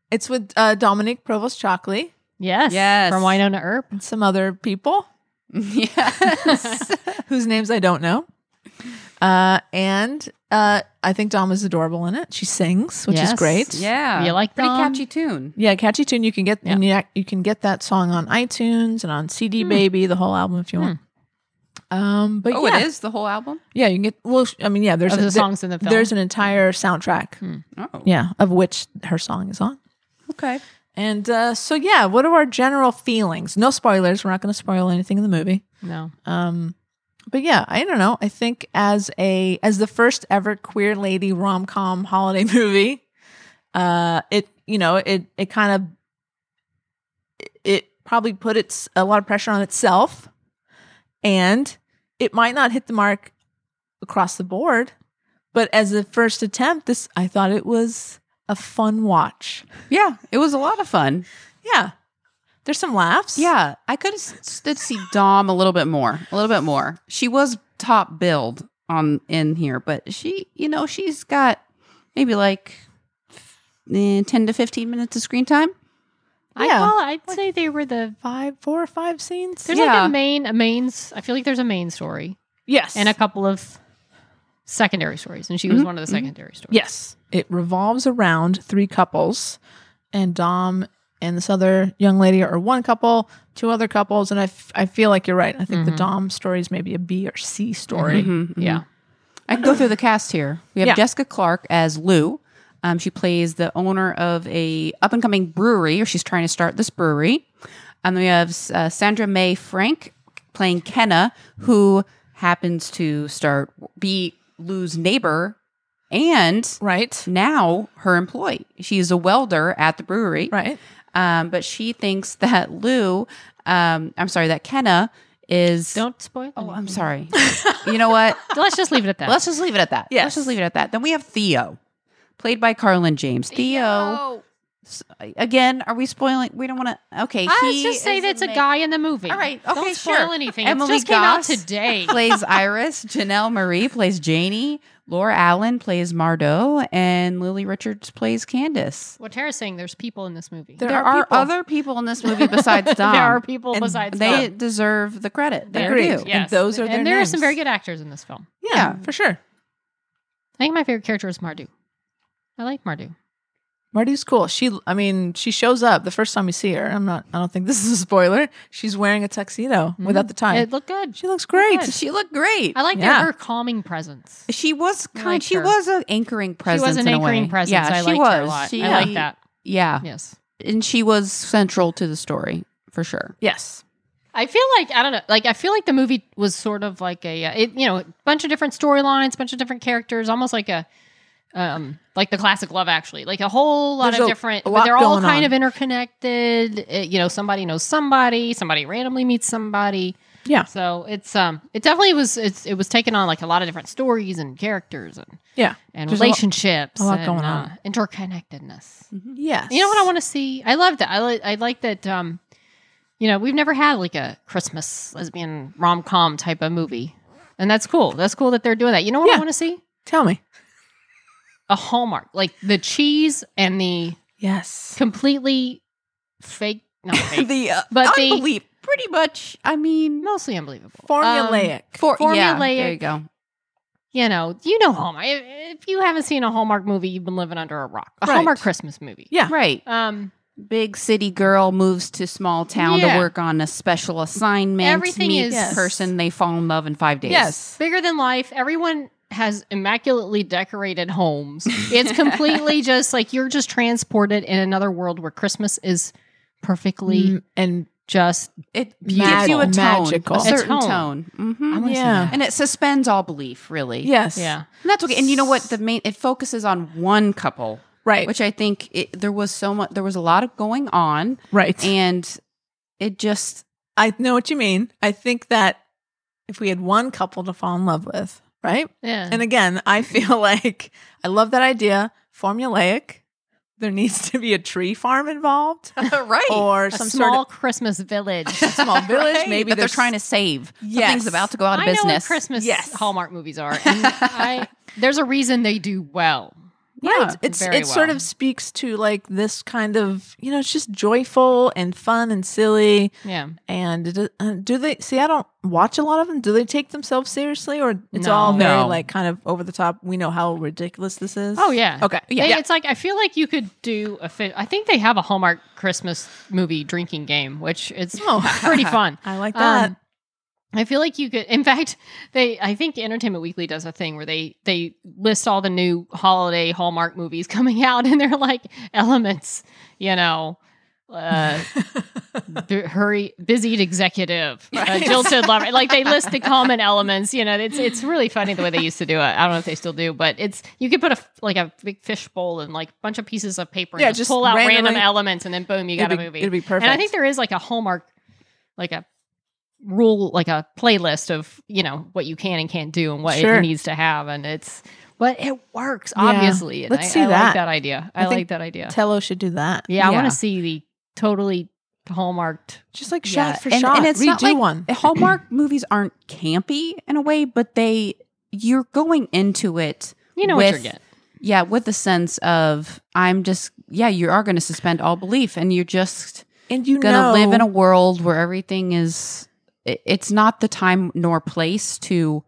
Speaker 2: it's with uh, Dominique Provost Chockley
Speaker 3: Yes.
Speaker 4: Yes.
Speaker 3: From Winona Earp.
Speaker 2: and some other people
Speaker 4: yes.
Speaker 2: whose names I don't know. Uh, and uh, I think Dom is adorable in it. She sings, which is
Speaker 3: Yes.
Speaker 2: great.
Speaker 4: yeah.
Speaker 3: You like
Speaker 4: pretty
Speaker 3: Dom?
Speaker 4: catchy tune.
Speaker 2: Yeah, catchy tune. You can get and you, you can get that song on iTunes and on CD Baby, the whole album if you want. Um, but
Speaker 4: Hmm. Oh,
Speaker 2: yeah.
Speaker 4: it is Oh, the whole album?
Speaker 2: Yeah, you can get. Well, sh- I mean, yeah. There's
Speaker 3: Of
Speaker 2: a-
Speaker 3: the
Speaker 2: there-
Speaker 3: songs in the film?
Speaker 2: There's an entire soundtrack.
Speaker 4: Oh.
Speaker 2: Yeah, of which her song is on.
Speaker 4: Okay.
Speaker 2: And uh, so, yeah. What are our general feelings? No spoilers. We're not going to spoil anything in the movie.
Speaker 3: No.
Speaker 2: Um, but yeah, I don't know. I think as a as the first ever queer lady rom com holiday movie, uh, it you know it it kind of it probably put its a lot of pressure on itself, and it might not hit the mark across the board. But as a first attempt, this I thought it was a fun watch.
Speaker 4: Yeah. It was a lot of fun.
Speaker 2: Yeah, there's some laughs.
Speaker 4: Yeah, I could have stood to see Dom a little bit more, a little bit more. She was top billed on in here, but she, you know, she's got maybe like eh, ten to fifteen minutes of screen time.
Speaker 3: I
Speaker 2: Yeah.
Speaker 3: call, I'd say they were the.
Speaker 2: five, four or five scenes.
Speaker 3: There's like
Speaker 4: Yeah.
Speaker 3: a main, a main. s- I feel like there's a main story
Speaker 2: yes,
Speaker 3: and a couple of secondary stories, and she
Speaker 4: Mm-hmm.
Speaker 3: was one of the secondary stories.
Speaker 2: Yes. It revolves around three couples, and Dom and this other young lady are one couple, two other couples, and I, f- I feel like you're right. I
Speaker 3: Mm-hmm.
Speaker 2: think the Dom story is maybe a B or C story.
Speaker 4: Mm-hmm.
Speaker 3: Yeah.
Speaker 4: I can go through the cast here. We have
Speaker 2: Yeah.
Speaker 4: Jessica Clark as Lou. Um, she plays the owner of a up and coming brewery, or she's trying to start this brewery. And then we have uh, Sandra May Frank playing Kenna, who happens to start be Lou's neighbor, and
Speaker 2: Right?
Speaker 4: now her employee. She's a welder at the brewery,
Speaker 2: Right.
Speaker 4: Um, but she thinks that Lou, um, I'm sorry, that Kenna is.
Speaker 3: Don't spoil.
Speaker 4: oh, I'm
Speaker 3: anything.
Speaker 4: sorry. you know what?
Speaker 3: Let's just leave it at that.
Speaker 4: Let's just leave it at that.
Speaker 2: Yes.
Speaker 4: Let's just leave it at that. Then we have Theo, played by Carlin James. Theo, s- again, are we spoiling? We don't want to. Okay,
Speaker 3: I
Speaker 4: he
Speaker 3: was just say
Speaker 4: is
Speaker 3: that's
Speaker 4: the
Speaker 3: a
Speaker 4: ma-
Speaker 3: guy in the movie.
Speaker 4: All right, okay,
Speaker 3: Don't spoil
Speaker 4: sure.
Speaker 3: anything.
Speaker 4: Emily
Speaker 3: it just came out
Speaker 4: Goss
Speaker 3: today.
Speaker 4: plays Iris. Janelle Marie plays Janie. Laura Allen plays Mardot, and Lily Richards plays Candace.
Speaker 3: What Tara's saying, there's people in this movie.
Speaker 2: There
Speaker 4: There,
Speaker 2: are
Speaker 4: are,
Speaker 2: people.
Speaker 4: other people in this movie besides Dom.
Speaker 3: There are people
Speaker 2: And
Speaker 3: besides
Speaker 4: they
Speaker 3: Dom.
Speaker 4: deserve the credit. They
Speaker 2: Agreed.
Speaker 4: do.
Speaker 2: Yeah. and those are
Speaker 3: and
Speaker 2: their
Speaker 3: there
Speaker 2: names.
Speaker 3: are some very good actors in this film.
Speaker 2: Yeah, for sure.
Speaker 3: I think my favorite character was Mardu. I like Mardu.
Speaker 2: Marty's cool. She, I mean, she shows up the first time we see her. I'm not, I don't think this is a spoiler. She's wearing a tuxedo without the tie.
Speaker 3: Mm-hmm. It looked good.
Speaker 2: she looks great.
Speaker 3: Good.
Speaker 4: She looked great.
Speaker 3: I like their-
Speaker 2: Yeah.
Speaker 3: her calming presence.
Speaker 4: She was kind.
Speaker 3: liked
Speaker 4: she
Speaker 3: her.
Speaker 4: was an anchoring presence.
Speaker 3: she was an
Speaker 4: in a way.
Speaker 3: anchoring presence.
Speaker 4: Yeah,
Speaker 3: I
Speaker 4: she
Speaker 3: liked
Speaker 4: was.
Speaker 3: her a lot.
Speaker 4: She-
Speaker 3: I like that.
Speaker 4: Yeah,
Speaker 3: Yes.
Speaker 4: and she was central to the story for sure.
Speaker 2: Yes.
Speaker 3: I feel like I don't know. Like I feel like the movie was sort of like a uh, it, you know bunch of different storylines, bunch of different characters, almost like a um like the classic Love Actually, like a whole lot
Speaker 2: There's
Speaker 3: of
Speaker 2: a-
Speaker 3: different.
Speaker 2: a
Speaker 3: but
Speaker 2: lot
Speaker 3: they're all
Speaker 2: going
Speaker 3: kind
Speaker 2: on.
Speaker 3: of interconnected. Uh, you know, somebody knows somebody, somebody randomly meets somebody.
Speaker 2: Yeah.
Speaker 3: So it's um it definitely was it's it was taken on like a lot of different stories and characters and
Speaker 2: Yeah.
Speaker 3: and
Speaker 2: There's a lot-
Speaker 3: relationships
Speaker 2: a lot
Speaker 3: and
Speaker 2: going
Speaker 3: uh,
Speaker 2: on.
Speaker 3: interconnectedness.
Speaker 2: Yes.
Speaker 3: You know what I want to see? I love that. I li- I like that. Um, you know, we've never had like a Christmas lesbian rom com type of movie, and that's cool. That's cool that they're doing that. You know what I
Speaker 2: Yeah.
Speaker 3: want to see?
Speaker 2: Tell me.
Speaker 3: A Hallmark, like the cheese and the
Speaker 2: Yes.
Speaker 3: completely fake, not fake,
Speaker 4: The uh,
Speaker 3: But the-
Speaker 4: unbelief, pretty much. I mean,
Speaker 3: mostly unbelievable, Um,
Speaker 2: Formulaic.
Speaker 4: for, yeah,
Speaker 3: Formulaic.
Speaker 4: there you go.
Speaker 3: you know, you know Hallmark. If, if you haven't seen a Hallmark movie, you've been living under a rock. A
Speaker 2: Right.
Speaker 3: Hallmark Christmas movie.
Speaker 2: Yeah.
Speaker 4: Right,
Speaker 3: Um,
Speaker 4: big city girl moves to small town
Speaker 3: Yeah.
Speaker 4: to work on a special assignment.
Speaker 3: Everything
Speaker 4: meets
Speaker 3: is-
Speaker 4: person they fall in love in five days.
Speaker 2: yes.
Speaker 3: bigger than life. Everyone has immaculately decorated homes. It's completely just like you're just transported in another world where Christmas is perfectly
Speaker 2: Mm, and
Speaker 3: just.
Speaker 4: it gives
Speaker 2: Beautiful.
Speaker 4: you a tone,
Speaker 2: Magical.
Speaker 4: a
Speaker 2: It's
Speaker 4: certain
Speaker 3: tone.
Speaker 4: tone,
Speaker 3: I
Speaker 4: hmm
Speaker 3: wanna see
Speaker 2: Yeah.
Speaker 3: that.
Speaker 4: and it suspends all belief. Really,
Speaker 2: yes.
Speaker 3: Yeah.
Speaker 4: And that's okay. And you know what? The main it focuses on one couple,
Speaker 2: Right.
Speaker 4: which I think it, there was so much. There was a lot of going on,
Speaker 2: right.
Speaker 4: and it just
Speaker 2: I know what you mean. I think that if we had one couple to fall in love with, right?
Speaker 3: Yeah.
Speaker 2: And again, I feel like I love that idea. Formulaic. There needs to be a tree farm involved,
Speaker 4: right.
Speaker 2: or
Speaker 3: a
Speaker 2: some
Speaker 3: small
Speaker 2: sort
Speaker 3: Christmas village.
Speaker 2: of small village. Maybe
Speaker 4: that they're
Speaker 2: there's-
Speaker 4: trying to save. Something's
Speaker 2: Yes.
Speaker 4: about to go out of
Speaker 3: I
Speaker 4: business.
Speaker 3: know what Christmas
Speaker 2: Yes.
Speaker 3: Hallmark movies are. and I, there's a reason they do well.
Speaker 2: Right. It's
Speaker 3: very
Speaker 2: it sort
Speaker 3: well.
Speaker 2: of speaks to like this kind of you know it's just joyful and fun and silly
Speaker 3: Yeah.
Speaker 2: and it, uh, do they see I don't watch a lot of them do they take themselves seriously or it's
Speaker 3: No.
Speaker 2: all very
Speaker 4: No.
Speaker 2: like kind of over the top we know how ridiculous this is
Speaker 3: Oh yeah.
Speaker 2: okay yeah
Speaker 3: They-
Speaker 2: yeah
Speaker 3: It's like I feel like you could do a. Fi- I think they have a Hallmark Christmas movie drinking game, which it's
Speaker 2: Oh.
Speaker 3: pretty fun.
Speaker 2: I like that
Speaker 3: Um, I feel like you could. In fact, they. I think Entertainment Weekly does a thing where they they list all the new holiday Hallmark movies coming out, and they're like elements. You know, uh, bu- hurry, busied executive, uh, jilted lover. Like they list the common elements. You know, it's it's really funny the way they used to do it. I don't know if they still do, but it's you could put a f- like a big fish bowl and like a bunch of pieces of paper. And
Speaker 2: Yeah,
Speaker 3: just,
Speaker 2: just
Speaker 3: pull out random
Speaker 2: randomly-
Speaker 3: elements, and then boom, you
Speaker 2: It'd
Speaker 3: got a
Speaker 2: be-
Speaker 3: movie.
Speaker 2: it'd be
Speaker 3: And I
Speaker 2: perfect.
Speaker 3: think there is like a Hallmark, like a rule like a playlist of you know what you can and can't do and what
Speaker 2: Sure.
Speaker 3: it needs to have and it's but it works
Speaker 2: Yeah.
Speaker 3: obviously and
Speaker 2: Let's
Speaker 3: I,
Speaker 2: see
Speaker 3: I like
Speaker 2: that.
Speaker 3: that idea i,
Speaker 2: I think
Speaker 3: like that idea
Speaker 2: Tello should do that
Speaker 3: yeah, i want
Speaker 4: Yeah.
Speaker 3: to see the totally hallmarked
Speaker 2: just like
Speaker 4: Yeah,
Speaker 2: shot for
Speaker 4: and-
Speaker 2: shot
Speaker 4: and it's
Speaker 2: redo
Speaker 4: not like-
Speaker 2: one
Speaker 4: The Hallmark movies aren't campy in a way, but they you're going into it.
Speaker 3: you know what
Speaker 4: with,
Speaker 3: you're getting
Speaker 4: Yeah, with the sense of I'm just yeah, you are going to suspend all belief, and you're just
Speaker 2: and you
Speaker 4: going to
Speaker 2: know
Speaker 4: live in a world where everything is. it- It's not the time nor place to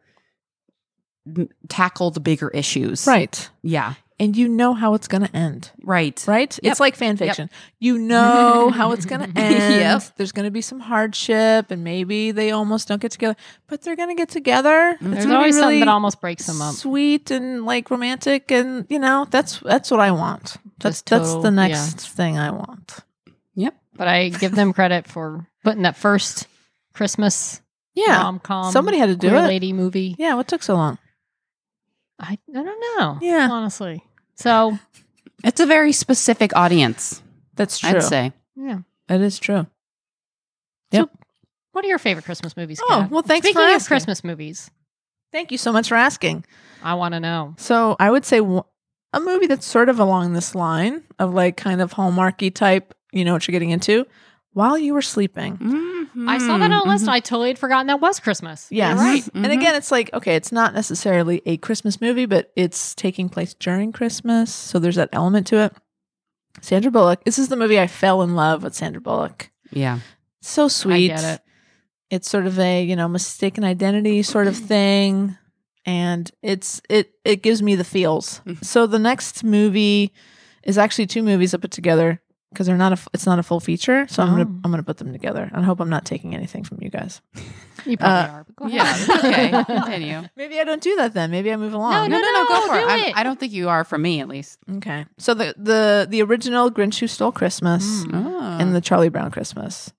Speaker 4: m- tackle the bigger issues.
Speaker 2: right
Speaker 4: Yeah.
Speaker 2: and you know how it's going to end
Speaker 4: Right.
Speaker 2: right?
Speaker 4: Yep.
Speaker 2: It's like fan fiction. You know how it's going to end.
Speaker 4: Yep.
Speaker 2: There's going to be some hardship, and maybe they almost don't get together, but they're going to get together.
Speaker 3: there's always
Speaker 2: really
Speaker 3: something that almost breaks them up
Speaker 2: sweet and like romantic, and you know that's that's what I want. That's
Speaker 3: Just
Speaker 2: that's
Speaker 3: total-
Speaker 2: the
Speaker 3: yeah.
Speaker 2: next thing I want.
Speaker 4: Yep.
Speaker 3: but i give them credit for putting that first christmas
Speaker 2: Yeah,
Speaker 3: rom-com
Speaker 2: Somebody had to do
Speaker 3: queer
Speaker 2: it.
Speaker 3: lady movie
Speaker 2: yeah. What took so long?
Speaker 3: I, I don't know
Speaker 2: Yeah.
Speaker 3: honestly so
Speaker 4: It's a very specific audience.
Speaker 2: That's true.
Speaker 4: I'd say.
Speaker 3: yeah
Speaker 2: It is true.
Speaker 3: what are your favorite christmas movies
Speaker 2: Oh,
Speaker 3: Kat?
Speaker 2: well, thanks
Speaker 3: speaking
Speaker 2: for
Speaker 3: of
Speaker 2: asking.
Speaker 3: christmas movies
Speaker 2: Thank you so much for asking.
Speaker 3: i want to know
Speaker 2: So I would say w- a movie that's sort of along this line of like kind of hallmarky type, you know what you're getting into, while you were sleeping.
Speaker 3: I saw that on a
Speaker 4: Mm-hmm.
Speaker 3: list. I totally had forgotten that was Christmas. You're
Speaker 2: Mm, mm-hmm. Yes.
Speaker 3: right.
Speaker 4: Mhm.
Speaker 2: And again, it's like, okay, it's not necessarily a Christmas movie, but it's taking place during Christmas. So there's that element to it. Sandra Bullock. This is the movie I fell in love with Sandra Bullock.
Speaker 4: Yeah.
Speaker 2: So sweet.
Speaker 3: I get it.
Speaker 2: It's sort of a, you know, mistaken identity sort of thing. And it's it it
Speaker 3: Mm.
Speaker 2: gives me the feels. so the next movie is actually two movies I put together. because they're not a f- it's not a full feature. So I'm gonna
Speaker 3: Oh.
Speaker 2: I'm gonna put them together. I hope I'm not taking anything from you guys.
Speaker 3: You probably
Speaker 2: Uh,
Speaker 3: are. But go ahead.
Speaker 4: Yeah, it's okay. Continue.
Speaker 2: Maybe I don't do that then. Maybe I move along.
Speaker 3: No,
Speaker 4: go for
Speaker 3: do
Speaker 4: it.
Speaker 3: it.
Speaker 4: I, I don't think you are for me, at least.
Speaker 2: Okay. So the the the original Grinch Who Stole Christmas
Speaker 3: Mm, uh-huh.
Speaker 4: Oh.
Speaker 2: and the Charlie Brown Christmas.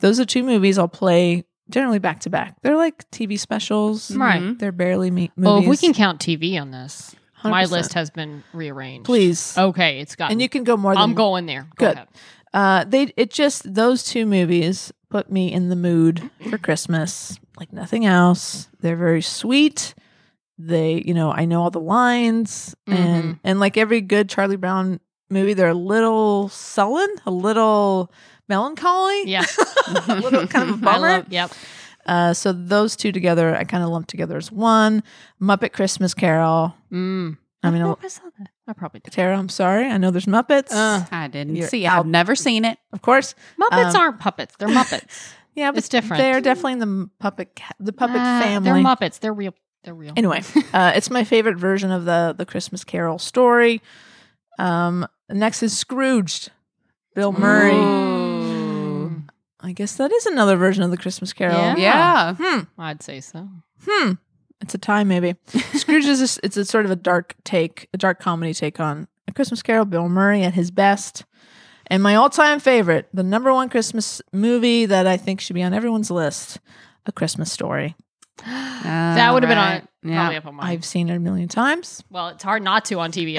Speaker 2: Those are two movies I'll play generally back to back. They're like TV specials.
Speaker 3: Right.
Speaker 2: They're barely me- Mm-hmm. movies.
Speaker 3: Mm-hmm. Oh, if we can count TV on this, my
Speaker 2: 100%.
Speaker 3: list has been rearranged.
Speaker 2: please.
Speaker 3: Okay, it's got.
Speaker 2: And you can go more than
Speaker 3: I'm going there. Go
Speaker 2: Good.
Speaker 3: ahead.
Speaker 2: Uh, they it just those two movies put me in the mood for Christmas like nothing else. They're very sweet. They, you know, I know all the lines
Speaker 3: Mm-hmm.
Speaker 2: and and like every good Charlie Brown movie, they're a little sullen, a little melancholy,
Speaker 3: Yeah.
Speaker 2: a little kind of a
Speaker 3: I
Speaker 2: bummer.
Speaker 3: love, yep.
Speaker 2: uh, so those two together, I kind of lumped together as one Muppet Christmas Carol.
Speaker 3: Mm.
Speaker 2: I mean,
Speaker 3: I,
Speaker 2: I'll-
Speaker 3: hope I saw that. I probably did.
Speaker 2: Tara, I'm sorry, I know there's Muppets,
Speaker 3: Uh,
Speaker 4: I didn't
Speaker 2: You're
Speaker 4: see. I've
Speaker 2: out.
Speaker 4: never seen it.
Speaker 2: of course.
Speaker 3: Muppets
Speaker 2: Um,
Speaker 3: aren't puppets. They're Muppets.
Speaker 2: Yeah, but
Speaker 3: It's different.
Speaker 2: They are definitely in the m- puppet ca- the puppet
Speaker 3: Ah, They're
Speaker 2: family.
Speaker 3: Muppets. They're real. They're real.
Speaker 2: anyway, uh, it's my favorite version of the the Christmas Carol story. Um, next is Scrooged, Bill Murray.
Speaker 3: Ooh.
Speaker 2: I guess that is another version of the Christmas Carol.
Speaker 3: Yeah.
Speaker 4: Yeah.
Speaker 2: Hmm.
Speaker 3: I'd say so.
Speaker 2: Hmm. It's a tie, maybe. Scrooge is a s it's a sort of a dark take, a dark comedy take on a Christmas Carol. Bill Murray at his best, and my all time favorite, the number one Christmas movie that I think should be on everyone's list, A Christmas Story.
Speaker 3: that would have
Speaker 4: right.
Speaker 3: been on.
Speaker 4: Yeah.
Speaker 3: Probably up on mine.
Speaker 2: I've seen it a million times.
Speaker 3: well, it's hard not to on TBS.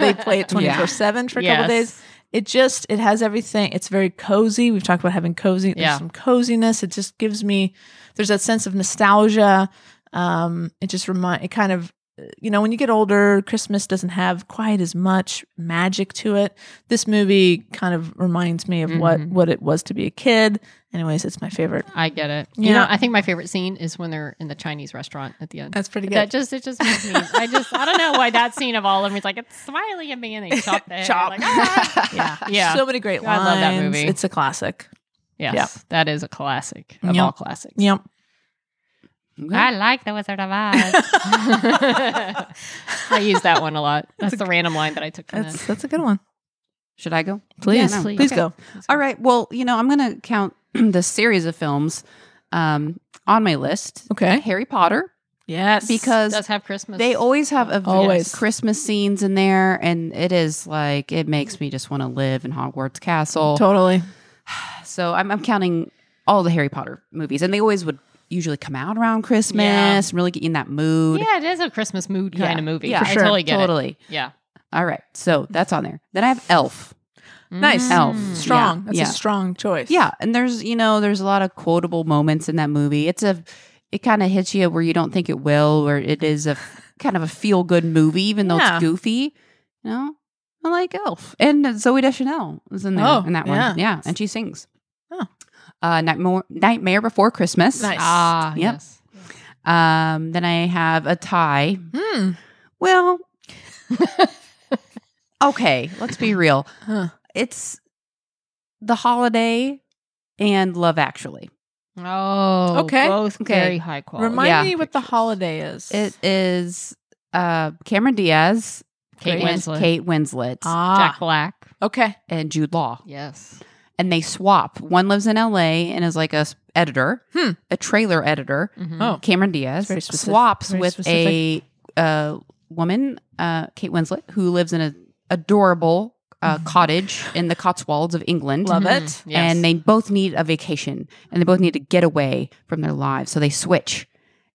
Speaker 2: they play it 24
Speaker 4: Yeah.
Speaker 2: 7 for a
Speaker 3: Yes.
Speaker 2: couple days it just it has everything it's very cozy we've talked about having cozy there's
Speaker 3: Yeah.
Speaker 2: some coziness it just gives me there's that sense of nostalgia um it just remind it kind of you know when you get older christmas doesn't have quite as much magic to it this movie kind of reminds me of what
Speaker 3: Mhm.
Speaker 2: what it was to be a kid anyways it's my favorite
Speaker 3: I get it. You
Speaker 2: Yeah.
Speaker 3: know, I think my favorite scene is when they're in the Chinese restaurant at the end.
Speaker 2: that's pretty
Speaker 3: That just it just makes me. I just I don't know why that scene of all of them is like it's Smiley and me and they chop the head.
Speaker 2: Chop.
Speaker 3: Like, ah.
Speaker 2: yeah
Speaker 3: Yeah.
Speaker 2: so many great
Speaker 3: I
Speaker 2: lines
Speaker 3: love that movie.
Speaker 2: it's a classic
Speaker 3: Yes,
Speaker 2: Yeah.
Speaker 3: that is a classic of
Speaker 2: Yep.
Speaker 3: all classics.
Speaker 2: yep
Speaker 3: I like the Wizard of Oz. I use that one a lot. That's the random line that I took from
Speaker 2: that's
Speaker 3: that.
Speaker 2: that's a good one
Speaker 4: Should I go?
Speaker 2: please
Speaker 4: Yeah, no.
Speaker 2: please
Speaker 3: Okay.
Speaker 2: go
Speaker 4: All right. Well, you know, I'm going to count the series of films um, on my list.
Speaker 2: Okay.
Speaker 4: Harry Potter,
Speaker 2: Yes.
Speaker 4: because
Speaker 3: Does have Christmas?
Speaker 4: they always have a
Speaker 2: Always.
Speaker 4: Christmas scenes in there, and it is like it makes me just want to live in Hogwarts Castle.
Speaker 2: totally.
Speaker 4: So I'm, I'm counting all the Harry Potter movies, and they always would usually come out around Christmas
Speaker 3: Yeah.
Speaker 4: and really get you in that mood.
Speaker 3: Yeah, it is a Christmas mood kind
Speaker 4: Yeah.
Speaker 3: of movie.
Speaker 4: Yeah,
Speaker 3: I totally get
Speaker 4: totally.
Speaker 3: it. Yeah,
Speaker 4: All right, so that's on there. Then I have Elf.
Speaker 2: Nice.
Speaker 3: Mm.
Speaker 4: Elf.
Speaker 2: Strong.
Speaker 4: Yeah.
Speaker 2: That's
Speaker 4: Yeah.
Speaker 2: a strong choice.
Speaker 4: Yeah, and there's you know there's a lot of quotable moments in that movie. It's a it kind of hits you where you don't think it will, where it is a f- kind of a feel good movie, even though
Speaker 2: Yeah.
Speaker 4: it's goofy. You know, I like Elf and Zoe Deschanel is in there
Speaker 2: Oh,
Speaker 4: in that one.
Speaker 2: yeah.
Speaker 4: Yeah. and she sings.
Speaker 2: Oh.
Speaker 4: Uh, Nightmare Nightmare Before Christmas.
Speaker 2: Nice.
Speaker 3: Ah,
Speaker 4: Yep.
Speaker 3: yes.
Speaker 4: Um, then I have a tie.
Speaker 2: Hmm.
Speaker 4: Well, okay, let's be real.
Speaker 2: Huh.
Speaker 4: It's the holiday and Love Actually.
Speaker 3: Oh,
Speaker 2: Okay.
Speaker 3: Both
Speaker 4: Okay.
Speaker 3: very high quality.
Speaker 2: Remind
Speaker 4: yeah.
Speaker 2: me what the holiday is.
Speaker 4: It is uh, Cameron Diaz,
Speaker 3: Kate
Speaker 4: and
Speaker 3: Winslet,
Speaker 4: Kate Winslet,
Speaker 2: ah.
Speaker 3: Jack Black.
Speaker 2: Okay.
Speaker 4: and Jude Law,
Speaker 3: Yes.
Speaker 4: and they swap. One lives in L.A. and is like a s- editor,
Speaker 2: Hmm.
Speaker 4: a trailer editor.
Speaker 3: Mhm.
Speaker 2: Oh.
Speaker 4: Cameron Diaz
Speaker 2: It's very specific-
Speaker 4: swaps
Speaker 2: very
Speaker 4: with
Speaker 2: specific.
Speaker 4: a uh, woman, uh, Kate Winslet, who lives in an adorable uh, cottage in the Cotswolds of England.
Speaker 2: Love
Speaker 3: Mhm.
Speaker 2: it.
Speaker 3: Yes.
Speaker 4: And they both need a vacation and they both need to get away from their lives. So they switch.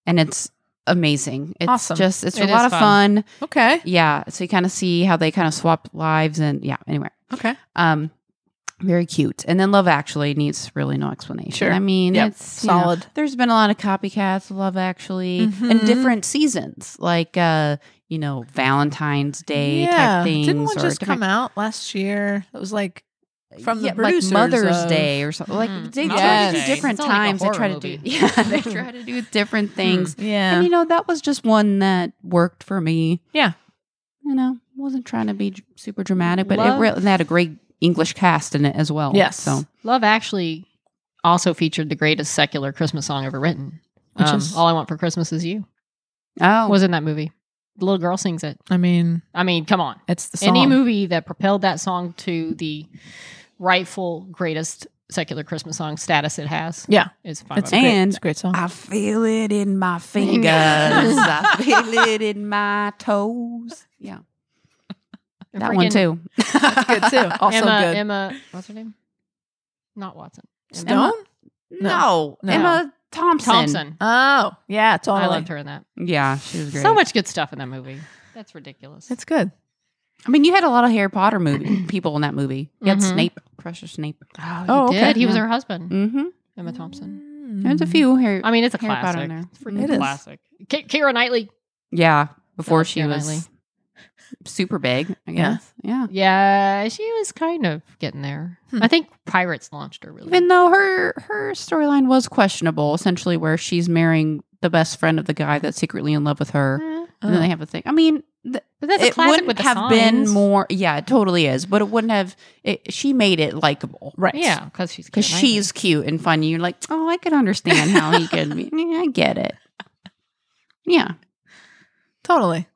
Speaker 4: And it's amazing. It's
Speaker 2: Awesome.
Speaker 4: just, it's
Speaker 3: It
Speaker 4: a lot
Speaker 3: is
Speaker 4: of
Speaker 3: fun.
Speaker 4: fun.
Speaker 2: Okay.
Speaker 4: Yeah. So you kind of see how they kind of swap lives and yeah, anyway.
Speaker 2: Okay.
Speaker 4: Um, very cute. And then Love Actually needs really no explanation.
Speaker 2: Sure.
Speaker 4: I mean,
Speaker 2: Yep.
Speaker 4: it's you know,
Speaker 2: Solid.
Speaker 4: there's been a lot of copycats of Love Actually in
Speaker 2: Mhm.
Speaker 4: different seasons, like uh, you know Valentine's Day type things.
Speaker 2: Didn't one
Speaker 4: or
Speaker 2: just
Speaker 4: different-
Speaker 2: come out last year? It was like from the
Speaker 4: Yeah, like
Speaker 2: producers
Speaker 4: Mother's
Speaker 2: of- Mm-hmm.
Speaker 4: Day or something? Like
Speaker 3: Mhm.
Speaker 4: they try to
Speaker 2: Mother's
Speaker 4: do
Speaker 2: Day.
Speaker 4: different
Speaker 3: It's not like a
Speaker 4: times. they try
Speaker 3: horror
Speaker 4: to do
Speaker 3: movie.
Speaker 4: yeah, they try to do different things.
Speaker 2: Hmm. Yeah.
Speaker 4: And you know that was just one that worked for me.
Speaker 2: yeah.
Speaker 4: you know, wasn't trying to be dr- super dramatic, but
Speaker 3: Love-
Speaker 4: it really had a great English cast in it as well.
Speaker 2: Yes.
Speaker 4: So
Speaker 3: Love Actually also featured the greatest secular Christmas song ever written.
Speaker 2: Which
Speaker 3: Um,
Speaker 2: is-
Speaker 3: All I Want for Christmas Is You
Speaker 4: oh,
Speaker 3: was in that movie. The little girl sings it.
Speaker 2: I mean,
Speaker 3: I mean, come on.
Speaker 2: it's the song.
Speaker 3: Any movie that propelled that song to the rightful greatest secular Christmas song status it has.
Speaker 2: Yeah.
Speaker 3: It's fine.
Speaker 2: It's
Speaker 3: by me.
Speaker 2: great.
Speaker 4: And-
Speaker 2: it's a great song.
Speaker 4: I feel it in my fingers. I feel it in my toes. Yeah,
Speaker 3: And
Speaker 4: that one
Speaker 3: friggin'
Speaker 4: too. That's
Speaker 2: good too. Also
Speaker 3: Emma,
Speaker 2: good.
Speaker 3: Emma, what's her name? Not Watson.
Speaker 2: Stone?
Speaker 4: No,
Speaker 2: No.
Speaker 4: Emma Thompson.
Speaker 3: Thompson.
Speaker 2: Oh, yeah, totally.
Speaker 3: I loved her in that.
Speaker 4: Yeah, she was great.
Speaker 3: So much good stuff in that movie. That's ridiculous.
Speaker 2: It's good.
Speaker 4: I mean, you had a lot of Harry Potter movie people in that movie. You had
Speaker 3: Mhm.
Speaker 4: Snape, Precious Snape.
Speaker 3: oh,
Speaker 2: Oh,
Speaker 3: he
Speaker 2: okay.
Speaker 3: did. He was
Speaker 4: Yeah.
Speaker 3: her husband,
Speaker 4: Mm-hmm.
Speaker 3: Emma Thompson.
Speaker 2: Hmm.
Speaker 4: There's a few Harry.
Speaker 3: I mean, it's a
Speaker 4: Harry Potter
Speaker 3: classic.
Speaker 4: in there.
Speaker 3: It's a freaking
Speaker 2: It is.
Speaker 3: classic. K- Kira Knightley.
Speaker 4: yeah, before
Speaker 3: love
Speaker 4: she
Speaker 3: Keira
Speaker 4: was
Speaker 3: Knightley.
Speaker 4: super big. I
Speaker 2: Yeah.
Speaker 4: guess. Yeah.
Speaker 3: Yeah, she was kind of getting there.
Speaker 2: Hmm.
Speaker 3: I think Pirates launched her really.
Speaker 4: Even though her her storyline was questionable, essentially where she's marrying the best friend of the guy that's secretly in love with her,
Speaker 3: Eh,
Speaker 4: and then
Speaker 2: Oh,
Speaker 4: they have a thing. I mean, th-
Speaker 3: but that's a
Speaker 4: Oh. it
Speaker 3: classic
Speaker 4: wouldn't
Speaker 3: with the
Speaker 4: have been
Speaker 3: signs.
Speaker 4: more. Yeah, it totally is, but it wouldn't have. It, she made it likable,
Speaker 2: Right.
Speaker 3: Yeah, because she's
Speaker 4: Because
Speaker 3: Keira Knightley.
Speaker 4: she's cute and funny. You're like, oh, I could understand how he could. be. Yeah, I get it. Yeah.
Speaker 2: Totally.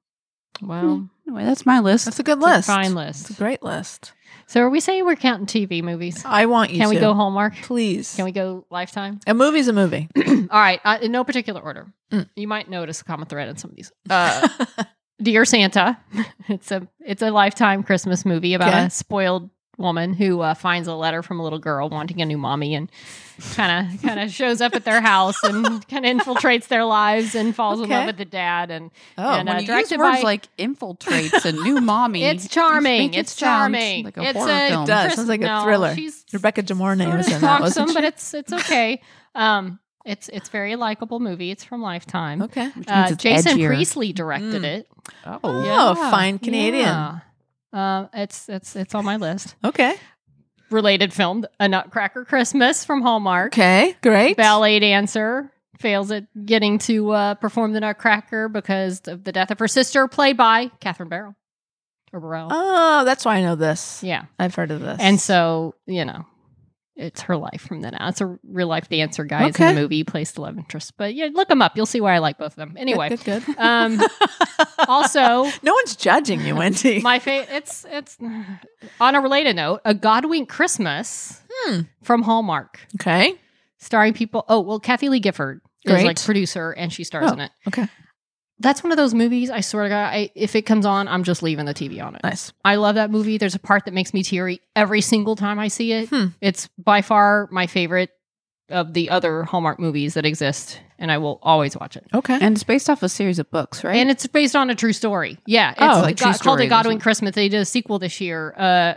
Speaker 3: well,
Speaker 4: Anyway, that's my list.
Speaker 2: That's a good
Speaker 3: it's a
Speaker 2: list.
Speaker 3: fine
Speaker 2: It's a
Speaker 3: list.
Speaker 2: great list.
Speaker 3: So are we saying we're counting TV movies?
Speaker 2: I want Oh, you
Speaker 3: Can
Speaker 2: to.
Speaker 3: we go Hallmark?
Speaker 2: Please.
Speaker 3: Can we go Lifetime?
Speaker 2: A movie's a movie.
Speaker 3: All right, uh, in no particular order.
Speaker 2: Mm.
Speaker 3: You might notice a common thread in some of these. Uh, Dear Santa, it's a it's a Lifetime Christmas movie about
Speaker 2: Okay.
Speaker 3: a spoiled woman who uh, finds a letter from a little girl wanting a new mommy and kind of kind of shows up at their house and kind of infiltrates their lives and falls in
Speaker 2: Okay.
Speaker 3: love with the dad and
Speaker 2: Oh,
Speaker 3: And, uh,
Speaker 4: when you use
Speaker 3: directed
Speaker 4: words
Speaker 3: by-
Speaker 4: like infiltrates and new mommy,
Speaker 3: it's
Speaker 4: you
Speaker 3: charming.
Speaker 4: make it
Speaker 3: It's
Speaker 4: sound
Speaker 3: charming.
Speaker 4: Like a
Speaker 3: it's
Speaker 4: horror
Speaker 3: a
Speaker 4: film.
Speaker 2: It does.
Speaker 3: Chris-
Speaker 2: Sounds like a
Speaker 3: no,
Speaker 2: thriller.
Speaker 3: She's
Speaker 2: Rebecca De Mornay
Speaker 3: sort
Speaker 2: was
Speaker 3: of
Speaker 2: in that,
Speaker 3: talksome,
Speaker 2: wasn't
Speaker 3: but it's it's okay. Um, it's it's very likable movie. It's from Lifetime.
Speaker 2: she? Okay.
Speaker 4: Which means
Speaker 3: Uh,
Speaker 4: it's
Speaker 3: Jason
Speaker 4: edgier.
Speaker 3: Priestley directed
Speaker 2: Mm.
Speaker 3: it.
Speaker 4: Oh,
Speaker 2: Oh, a fine Canadian.
Speaker 3: Yeah. Um, it's it's it's on my list.
Speaker 2: Okay.
Speaker 3: Related film, A Nutcracker Christmas from Hallmark.
Speaker 2: Okay. Great.
Speaker 3: Ballet dancer fails at getting to uh, perform the Nutcracker because of the death of her sister, played by Catherine Barrow or Barrow.
Speaker 2: Oh, that's why I know this.
Speaker 3: Yeah,
Speaker 2: I've heard of this.
Speaker 3: and so you know. It's her life from then on. It's a real life dancer, guys, in
Speaker 2: Okay.
Speaker 3: the movie. He plays the love interest. But yeah, look them up. You'll see why I like both of them. Anyway,
Speaker 2: Good, good, good.
Speaker 3: um, also,
Speaker 2: no one's judging you, Wendy.
Speaker 3: My favorite. It's it's on a related note, a Godwink Christmas
Speaker 2: Hmm.
Speaker 3: from Hallmark,
Speaker 2: okay.
Speaker 3: starring people. Oh well, Kathy Lee Gifford is like
Speaker 2: Great.
Speaker 3: producer, and she stars
Speaker 2: Oh,
Speaker 3: in it.
Speaker 2: okay.
Speaker 3: That's one of those movies. I swear to God, I, if it comes on, I'm just leaving the TV on it.
Speaker 2: Nice.
Speaker 3: I love that movie. There's a part that makes me teary every single time I see it.
Speaker 2: Hmm.
Speaker 3: It's by far my favorite of the other Hallmark movies that exist, and I will always watch it.
Speaker 2: Okay.
Speaker 4: And it's based off a series of books, right?
Speaker 3: And it's based on a true story. Yeah. It's
Speaker 4: Oh,
Speaker 3: got-
Speaker 4: like true
Speaker 3: called
Speaker 4: story,
Speaker 3: a Godwin
Speaker 4: isn't it?
Speaker 3: Christmas. They did a sequel this year, uh,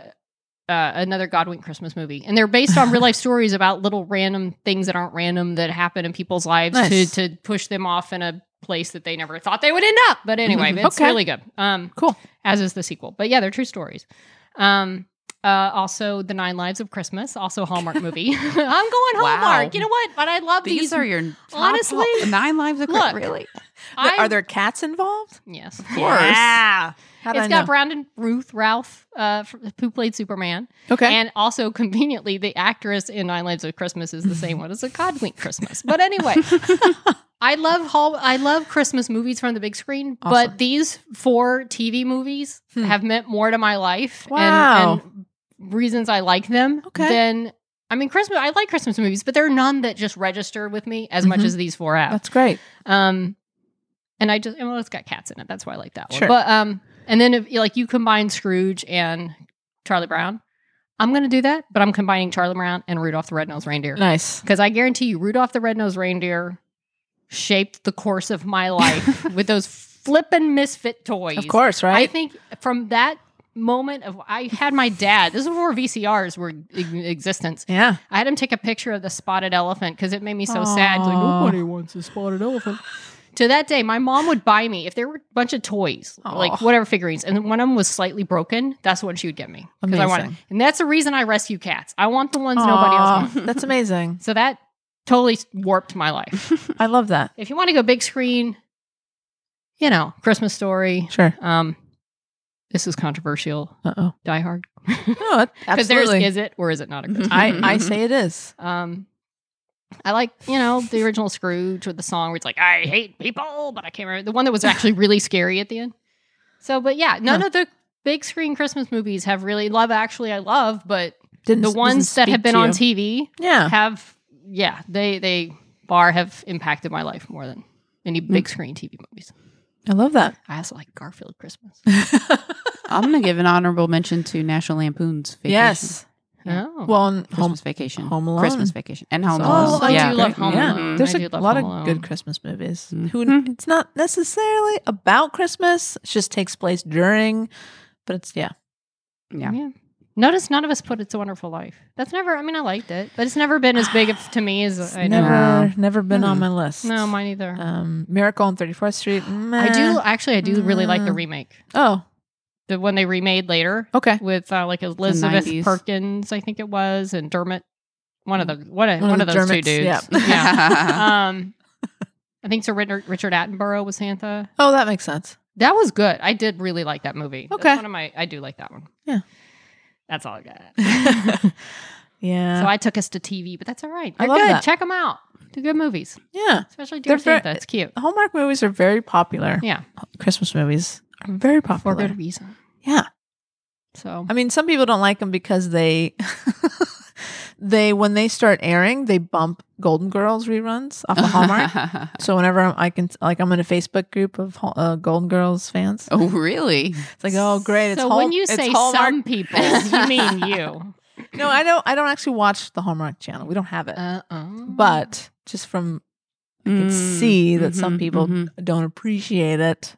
Speaker 3: uh, another Godwin Christmas movie. And they're based on real life stories about little random things that aren't random that happen in people's lives
Speaker 2: Nice.
Speaker 3: to, to push them off in a place that they never thought they would end up. But anyway, it's
Speaker 2: Okay.
Speaker 3: really good. Um,
Speaker 2: Cool.
Speaker 3: As is the sequel. But yeah, they're true stories. Um, uh, also, The Nine Lives of Christmas, also a Hallmark movie. I'm going
Speaker 4: Wow.
Speaker 3: Hallmark. You know what? But I love
Speaker 4: these,
Speaker 3: these.
Speaker 4: are your top
Speaker 3: honestly,
Speaker 4: ho- nine lives of Cri-
Speaker 3: look,
Speaker 4: really.
Speaker 3: I-
Speaker 2: Are there cats involved?
Speaker 3: Yes. Of
Speaker 2: course.
Speaker 3: Yeah.
Speaker 2: How did
Speaker 3: It's
Speaker 2: I
Speaker 3: got
Speaker 2: know?
Speaker 3: Brandon Ruth Ralph, uh, fr- who played Superman,
Speaker 2: okay.
Speaker 3: and also conveniently the actress in Nine Lives of Christmas is the same one as a Godwink Christmas. But anyway, I love Hall- I love Christmas movies from the big screen,
Speaker 2: Awesome.
Speaker 3: but these four TV movies
Speaker 2: Hmm.
Speaker 3: have meant more to my life and-
Speaker 2: Wow.
Speaker 3: and, reasons I like them
Speaker 2: Okay.
Speaker 3: than. I mean, Christmas. I like Christmas movies, but there are none that just register with me as much
Speaker 2: Mhm.
Speaker 3: as these four have.
Speaker 2: That's great.
Speaker 3: Um, and I just well, it's got cats in it. That's why I like that one.
Speaker 2: Sure.
Speaker 3: But um, and then if like you combine Scrooge and Charlie Brown, I'm gonna do that. But I'm combining Charlie Brown and Rudolph the Red-Nosed Reindeer
Speaker 2: Nice.
Speaker 3: because I guarantee you, Rudolph the Red-Nosed Reindeer shaped the course of my life with those flippin' misfit toys.
Speaker 2: Of course,
Speaker 3: I
Speaker 2: right?
Speaker 3: think from that moment of I had my dad. This is before VCRs were in existence.
Speaker 2: yeah.
Speaker 3: I had him take a picture of the spotted elephant because it made me so sad. He's like, nobody wants a spotted elephant. to that day, my mom would buy me if there were a bunch of toys, like
Speaker 2: Aw.
Speaker 3: whatever figurines, and one of them was slightly broken. That's what she would get me because I want.
Speaker 2: Amazing.
Speaker 3: And that's the reason I rescue cats. I want the ones nobody
Speaker 2: Aw,
Speaker 3: else wants.
Speaker 2: That's amazing.
Speaker 3: So that totally warped my life.
Speaker 2: I love that.
Speaker 3: if you want to go big screen, you know, Christmas Story.
Speaker 2: Sure.
Speaker 3: Um, this is controversial.
Speaker 2: Uh oh.
Speaker 3: Die Hard
Speaker 2: No, it-
Speaker 3: because there's Mm-hmm.
Speaker 2: absolutely.
Speaker 3: is it or is it not a Christmas?
Speaker 2: I, I say it is.
Speaker 3: Um, I like, you know, the original Scrooge with the song where it's like, I hate people, but I can't remember. The one that was actually really scary at the end. So, but yeah, none
Speaker 2: Huh.
Speaker 3: of the big screen Christmas movies have really, Love Actually, I love, but
Speaker 2: Didn't
Speaker 3: The
Speaker 2: doesn't
Speaker 3: ones that have
Speaker 2: speak
Speaker 3: been
Speaker 2: to
Speaker 3: on
Speaker 2: you.
Speaker 3: TV
Speaker 2: Yeah.
Speaker 3: have, yeah, they they bar have impacted my life more than any big screen TV movies.
Speaker 2: Hmm. I love that.
Speaker 3: I also like Garfield Christmas.
Speaker 4: I'm going to give an honorable mention to National Lampoon's Vacation.
Speaker 2: Yes.
Speaker 3: Oh.
Speaker 2: Well, and home.
Speaker 4: Christmas Vacation.
Speaker 2: Home Alone.
Speaker 4: Christmas Vacation. And Home
Speaker 2: Oh,
Speaker 3: Oh,
Speaker 4: Alone.
Speaker 3: I
Speaker 4: yeah.
Speaker 3: do love Home
Speaker 2: yeah.
Speaker 3: Alone.
Speaker 2: There's
Speaker 3: I
Speaker 2: a
Speaker 3: do love
Speaker 2: lot
Speaker 3: Home
Speaker 2: of
Speaker 3: Alone. Mm-hmm.
Speaker 2: good Christmas movies. Who
Speaker 4: Mhm.
Speaker 2: it's not necessarily about Christmas. It just takes place during, but it's yeah.
Speaker 4: Yeah.
Speaker 3: Notice none of us put It's a Wonderful Life. That's never, I mean, I liked it, but it's never been as big of, to me as I
Speaker 2: never
Speaker 3: know.
Speaker 4: know.
Speaker 2: never been on
Speaker 4: Hmm.
Speaker 2: my list.
Speaker 3: No, mine either.
Speaker 2: um, Miracle on 34th Street.
Speaker 3: I do,
Speaker 2: meh.
Speaker 3: actually, I do really like the
Speaker 2: Mm.
Speaker 3: remake.
Speaker 2: Oh,
Speaker 3: The one they remade later
Speaker 2: okay.
Speaker 3: with uh, like Elizabeth
Speaker 4: 90s.
Speaker 3: Perkins, I think it was, and Dermot. One of the, one of,
Speaker 2: Mm. One
Speaker 3: one
Speaker 2: of
Speaker 3: of
Speaker 2: the
Speaker 3: those two
Speaker 2: Dermots,
Speaker 3: dudes. Yeah. um, I think Sir Richard, Richard Attenborough was Santa.
Speaker 2: Oh, that makes sense.
Speaker 3: That was good. I did really like that movie. That's
Speaker 2: Okay.
Speaker 3: one of my, I do like that one.
Speaker 2: Yeah.
Speaker 3: That's all I got.
Speaker 2: Yeah.
Speaker 3: So I took us to TV, but that's all right.
Speaker 2: I
Speaker 3: They're
Speaker 2: love
Speaker 3: good.
Speaker 2: that.
Speaker 3: Check them out. They're good movies,
Speaker 2: yeah.
Speaker 3: especially Dear
Speaker 2: They're ver-
Speaker 3: Santa. it's cute.
Speaker 2: Hallmark movies are very popular.
Speaker 3: Yeah,
Speaker 2: Christmas movies are very
Speaker 3: for
Speaker 2: popular.
Speaker 3: good reason.
Speaker 2: Yeah.
Speaker 3: So
Speaker 2: I mean, some people don't like them because they they when they start airing, they bump Golden Girls reruns off of Hallmark. so whenever I'm, I can, like, I'm in a Facebook group of Hall- uh, Golden Girls fans.
Speaker 4: oh, really?
Speaker 2: It's like, oh, great! It's
Speaker 3: so
Speaker 2: Hall-
Speaker 3: when you
Speaker 2: it's
Speaker 3: say
Speaker 2: Hallmark.
Speaker 3: some people, you mean you.
Speaker 2: no, I don't. I don't actually watch the Hallmark Channel. We don't have it,
Speaker 3: Uh-uh.
Speaker 2: but just from I can
Speaker 3: Mm,
Speaker 4: Mm.
Speaker 2: see
Speaker 3: mm-hmm,
Speaker 2: that some people don't appreciate it.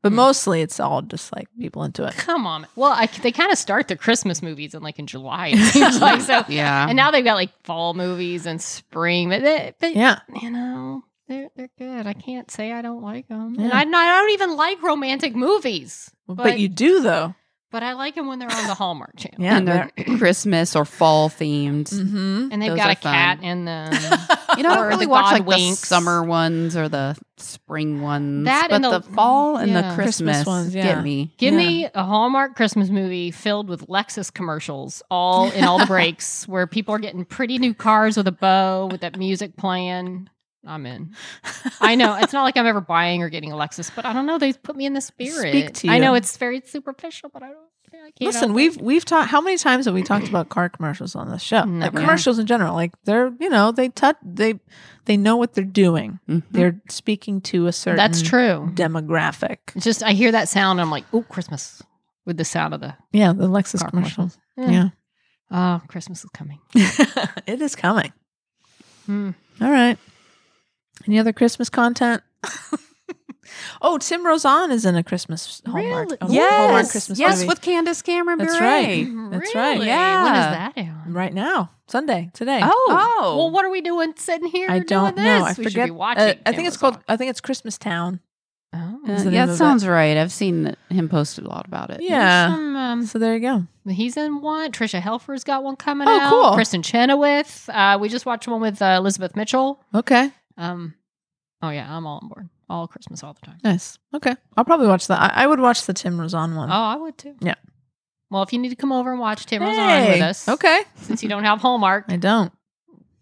Speaker 2: But
Speaker 3: Hmm.
Speaker 2: mostly, it's all just like people into it.
Speaker 3: come on. Well, I, they kind of start the Christmas movies in like in July. It seems like so,
Speaker 4: Yeah.
Speaker 3: and now they've got like fall movies and spring. But, they, but
Speaker 2: Yeah,
Speaker 3: you know, they're they're good. I can't say I don't like them, and
Speaker 2: Yeah.
Speaker 3: I, I don't even like romantic movies.
Speaker 2: but, you do though.
Speaker 3: But I like them when they're on the Hallmark channel.
Speaker 2: Yeah,
Speaker 4: and they're Christmas or fall themed.
Speaker 2: Mm-hmm.
Speaker 3: And they've
Speaker 4: Those
Speaker 3: got
Speaker 4: are
Speaker 3: a cat
Speaker 4: fun.
Speaker 3: in them.
Speaker 4: You know, I
Speaker 3: Or
Speaker 4: don't really
Speaker 3: the
Speaker 4: watch
Speaker 3: God
Speaker 4: like
Speaker 3: winks.
Speaker 4: the summer ones or the spring ones.
Speaker 3: That
Speaker 4: but
Speaker 3: and
Speaker 4: the,
Speaker 3: the-
Speaker 4: fall and
Speaker 3: yeah.
Speaker 4: the
Speaker 2: Christmas
Speaker 4: Christmas,
Speaker 2: ones, yeah.
Speaker 4: get me.
Speaker 3: Give
Speaker 2: Yeah.
Speaker 3: me a Hallmark Christmas movie filled with Lexus commercials, all in all the breaks, where people are getting pretty new cars with a bow, with that music playing. I'm in. I know it's not like I'm ever buying or getting a Lexus, but I don't know. They put me in the spirit.
Speaker 2: to
Speaker 3: I know
Speaker 2: you.
Speaker 3: it's very superficial, but I don't. I can't help
Speaker 2: Listen,
Speaker 3: it.
Speaker 2: we've we've talked. How many times have we talked about car commercials on this show? Like
Speaker 3: Never.
Speaker 2: commercials in general, like they're you know they touch they they know what they're doing.
Speaker 4: Mhm.
Speaker 2: They're speaking to a certain
Speaker 3: Mm-hmm. That's true.
Speaker 2: demographic.
Speaker 3: It's just I hear that sound, and I'm like, oh, Christmas with the sound of the
Speaker 2: Yeah, the Lexus
Speaker 3: Car
Speaker 2: commercials.
Speaker 3: commercials. oh, Christmas is coming.
Speaker 2: Yeah, it is coming.
Speaker 3: Hmm.
Speaker 2: All right. Any other Christmas content? oh, Tim Roseanne is in a Christmas Hallmark.
Speaker 3: Really?
Speaker 2: a Hallmark
Speaker 4: Yes,
Speaker 2: Christmas
Speaker 4: yes,
Speaker 2: movie.
Speaker 4: with Candace Cameron
Speaker 2: That's
Speaker 4: Bure.
Speaker 2: right. That's right.
Speaker 3: Really? When is
Speaker 4: Yeah.
Speaker 3: that on?
Speaker 2: right now, Sunday, today.
Speaker 4: Oh,
Speaker 3: Oh. Well, what are we doing sitting here?
Speaker 2: I
Speaker 3: doing
Speaker 2: don't
Speaker 3: this?
Speaker 2: know. I
Speaker 3: We
Speaker 2: forget.
Speaker 3: should be watching.
Speaker 2: uh, I think it's called.
Speaker 3: Amazon.
Speaker 2: I think it's Christmas Town.
Speaker 3: Oh.
Speaker 2: is
Speaker 4: Uh,
Speaker 2: the
Speaker 4: yeah,
Speaker 2: name
Speaker 4: that
Speaker 2: of
Speaker 4: sounds right. I've seen that- him post a lot about it.
Speaker 2: Yeah.
Speaker 3: Some, um,
Speaker 2: So there you go.
Speaker 3: he's in one. Trisha Helfer's got one coming
Speaker 2: Oh,
Speaker 3: out.
Speaker 2: cool.
Speaker 3: Kristen Chenoweth. Uh, we just watched one with uh, Elizabeth Mitchell.
Speaker 2: Okay.
Speaker 3: Um, oh yeah, I'm all on board. All Christmas, all the time.
Speaker 2: Nice. Okay. I'll probably watch that. I, I would watch the Tim Roseanne one.
Speaker 3: Oh, I would too.
Speaker 2: Uh-huh. Yeah.
Speaker 3: Well, if you need to come over and watch Tim Roseanne
Speaker 2: Hey.
Speaker 3: with us,
Speaker 2: Okay.
Speaker 3: Since you don't have Hallmark,
Speaker 2: I don't.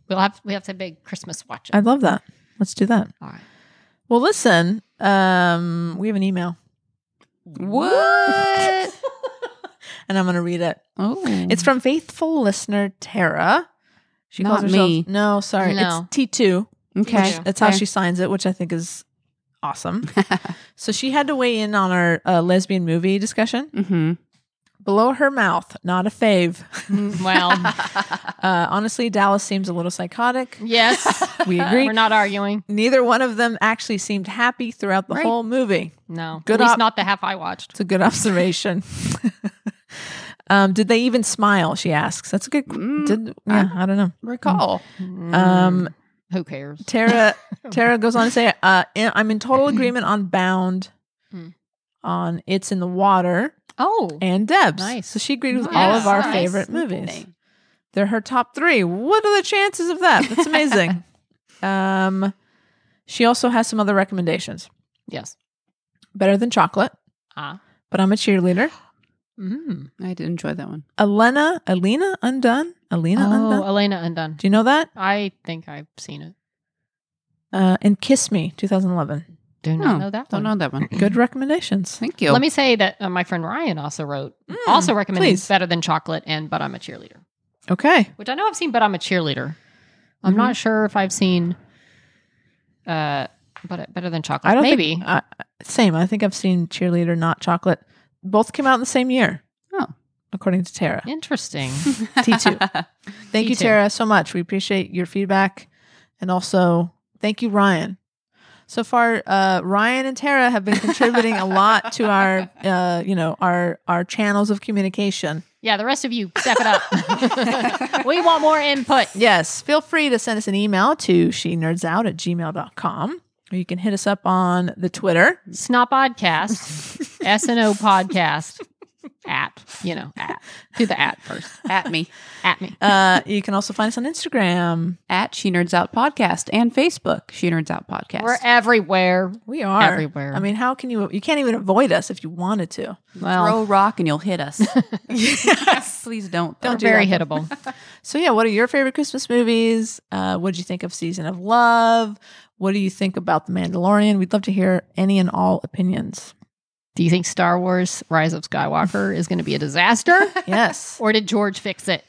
Speaker 3: we'll have we have to have a big Christmas watch.
Speaker 2: I love that. Let's do that.
Speaker 3: all right.
Speaker 2: Well, listen. Um, we have an email,
Speaker 4: What?
Speaker 2: and I'm going to read it.
Speaker 4: oh,
Speaker 3: Mm.
Speaker 2: It's from faithful listener Tara. She
Speaker 4: Not
Speaker 2: calls herself
Speaker 4: me.
Speaker 2: No, sorry.
Speaker 3: No.
Speaker 2: It's T two.
Speaker 4: okay.
Speaker 2: That's how
Speaker 4: Okay.
Speaker 2: she signs it, which I think is awesome. so she had to weigh in on our uh, lesbian movie discussion.
Speaker 4: Mhm.
Speaker 2: Below her mouth, not a fave.
Speaker 3: Well,
Speaker 2: Uh, honestly, Dallas seems a little psychotic.
Speaker 3: yes,
Speaker 2: We agree.
Speaker 3: we're not arguing.
Speaker 2: Neither one of them actually seemed happy throughout the
Speaker 4: Right.
Speaker 2: whole movie.
Speaker 3: No, at
Speaker 2: Good
Speaker 3: least
Speaker 2: op-
Speaker 3: not the half I watched.
Speaker 2: It's a good observation. um, did they even smile? She asks. That's a good.
Speaker 4: Mm,
Speaker 2: Did yeah? I don't know.
Speaker 4: recall.
Speaker 3: Mm.
Speaker 2: Um,
Speaker 3: Who cares?
Speaker 2: Tara Tara goes on to say, uh, in- "I'm in total agreement on Bound,
Speaker 3: Mm.
Speaker 2: on It's in the Water,
Speaker 3: Oh,
Speaker 2: and Debs."
Speaker 3: Nice.
Speaker 2: So she agreed with
Speaker 3: Nice.
Speaker 2: all of our
Speaker 3: Nice.
Speaker 2: favorite movies. They're her top three. What are the chances of that? That's amazing. um, she also has some other recommendations.
Speaker 3: yes.
Speaker 2: Better than chocolate,
Speaker 3: Ah.
Speaker 2: but I'm a cheerleader. Mm-hmm.
Speaker 3: Mm.
Speaker 4: I did enjoy that one.
Speaker 2: Elena, Alina Undone, Alina
Speaker 3: Oh,
Speaker 2: Undone.
Speaker 3: Elena Undone.
Speaker 2: Do you know that?
Speaker 3: I think I've seen it.
Speaker 2: Uh, and Kiss Me, 2011.
Speaker 3: Do not
Speaker 4: Oh,
Speaker 3: know that
Speaker 4: Don't
Speaker 3: one.
Speaker 4: know that one.
Speaker 2: Good recommendations.
Speaker 4: Thank you.
Speaker 3: Let me say that uh, my friend Ryan also wrote,
Speaker 2: Mm,
Speaker 3: also recommended
Speaker 2: please.
Speaker 3: better than chocolate and but I'm a cheerleader.
Speaker 2: Okay.
Speaker 3: which I know I've seen, but I'm a cheerleader. I'm
Speaker 2: Mm-hmm.
Speaker 3: not sure if I've seen uh but better than chocolate.
Speaker 2: I don't
Speaker 3: Maybe.
Speaker 2: think- I- same. I think I've seen cheerleader, not chocolate. Both came out in the same year.
Speaker 4: Oh.
Speaker 2: according to Tara.
Speaker 3: Interesting.
Speaker 2: T two. Thank you,
Speaker 3: T2.
Speaker 2: Tara, so much. We appreciate your feedback. And also, thank you, Ryan. So far, uh, Ryan and Tara have been contributing a lot to our, uh, you know, our our channels of communication.
Speaker 3: yeah, the rest of you step it up. we want more input.
Speaker 2: Yes, feel free to send us an email to she nerds out at gmail.com. Or you can hit us up on the Twitter.
Speaker 3: Snot podcast. S and O podcast. At, you know, at. Do the at first.
Speaker 4: At me.
Speaker 3: At me.
Speaker 2: Uh, you can also find us on Instagram.
Speaker 4: At She Nerds Out Podcast and Facebook, She Nerds Out
Speaker 2: Uh,
Speaker 4: Podcast.
Speaker 3: We're everywhere.
Speaker 2: We are
Speaker 3: Everywhere.
Speaker 2: I mean, how can you? You can't even avoid us if you wanted to.
Speaker 3: Well,
Speaker 4: Throw a rock and you'll hit us. Please don't.
Speaker 3: we're
Speaker 4: Don't
Speaker 3: very hittable.
Speaker 2: So yeah, what are your favorite Christmas movies? Uh, what did you think of Season of Love? What do you think about The Mandalorian? We'd love to hear any and all opinions.
Speaker 3: Do you think Star Wars Rise of Skywalker is going to be a disaster?
Speaker 2: Yes.
Speaker 3: Or did George fix it?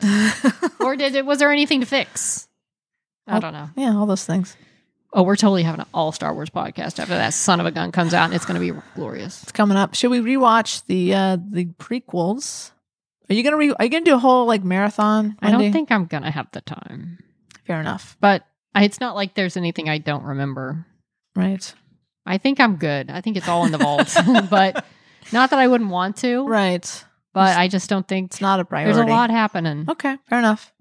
Speaker 3: or did it was there anything to fix?
Speaker 2: Oh.
Speaker 3: I don't know.
Speaker 2: yeah, all those things.
Speaker 3: Oh, we're totally having an all Star Wars podcast after that son of a gun comes out and it's going to be glorious.
Speaker 2: It's coming up. Should we rewatch the uh, the prequels? Are you gonna re- Are you gonna do a whole like marathon?
Speaker 3: I don't
Speaker 2: Wendy?
Speaker 3: think I'm going to have the time.
Speaker 2: Fair enough.
Speaker 3: But I- it's not like there's anything I don't remember.
Speaker 2: Right.
Speaker 3: I think I'm good. I think it's all in the vault. but not that I wouldn't want to,
Speaker 2: Right.
Speaker 3: but I just don't think
Speaker 2: It's not a priority. Oh.
Speaker 3: there's a lot happening.
Speaker 2: Okay. Fair enough.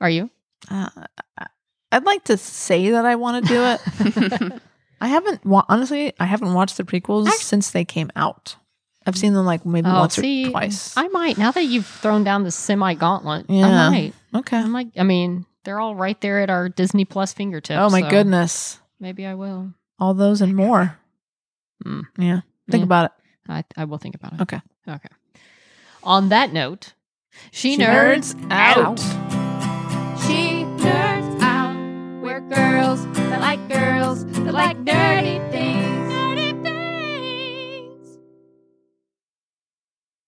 Speaker 3: Are you?
Speaker 2: Uh, I- I'd like to say that I want to do it. I haven't wa- honestly. I haven't watched the prequels
Speaker 3: Actu-
Speaker 2: since they came out. I've seen them like maybe
Speaker 3: Oh,
Speaker 2: once
Speaker 3: see,
Speaker 2: or twice.
Speaker 3: I might. Now that you've thrown down the semi gauntlet,
Speaker 2: Yeah.
Speaker 3: I might.
Speaker 2: okay.
Speaker 3: I'm like, I mean, they're all right there at our Disney Plus fingertips.
Speaker 2: Oh my
Speaker 3: so
Speaker 2: goodness!
Speaker 3: Maybe I will.
Speaker 2: All those and more.
Speaker 3: Mm.
Speaker 2: Yeah. Think
Speaker 3: Yeah.
Speaker 2: about it.
Speaker 3: I, I will think about it.
Speaker 2: Okay.
Speaker 3: Okay. On that note, she,
Speaker 2: She
Speaker 3: nerds.
Speaker 2: nerds
Speaker 3: out.
Speaker 1: She nerds out. We're girls that like girls that like nerdy things.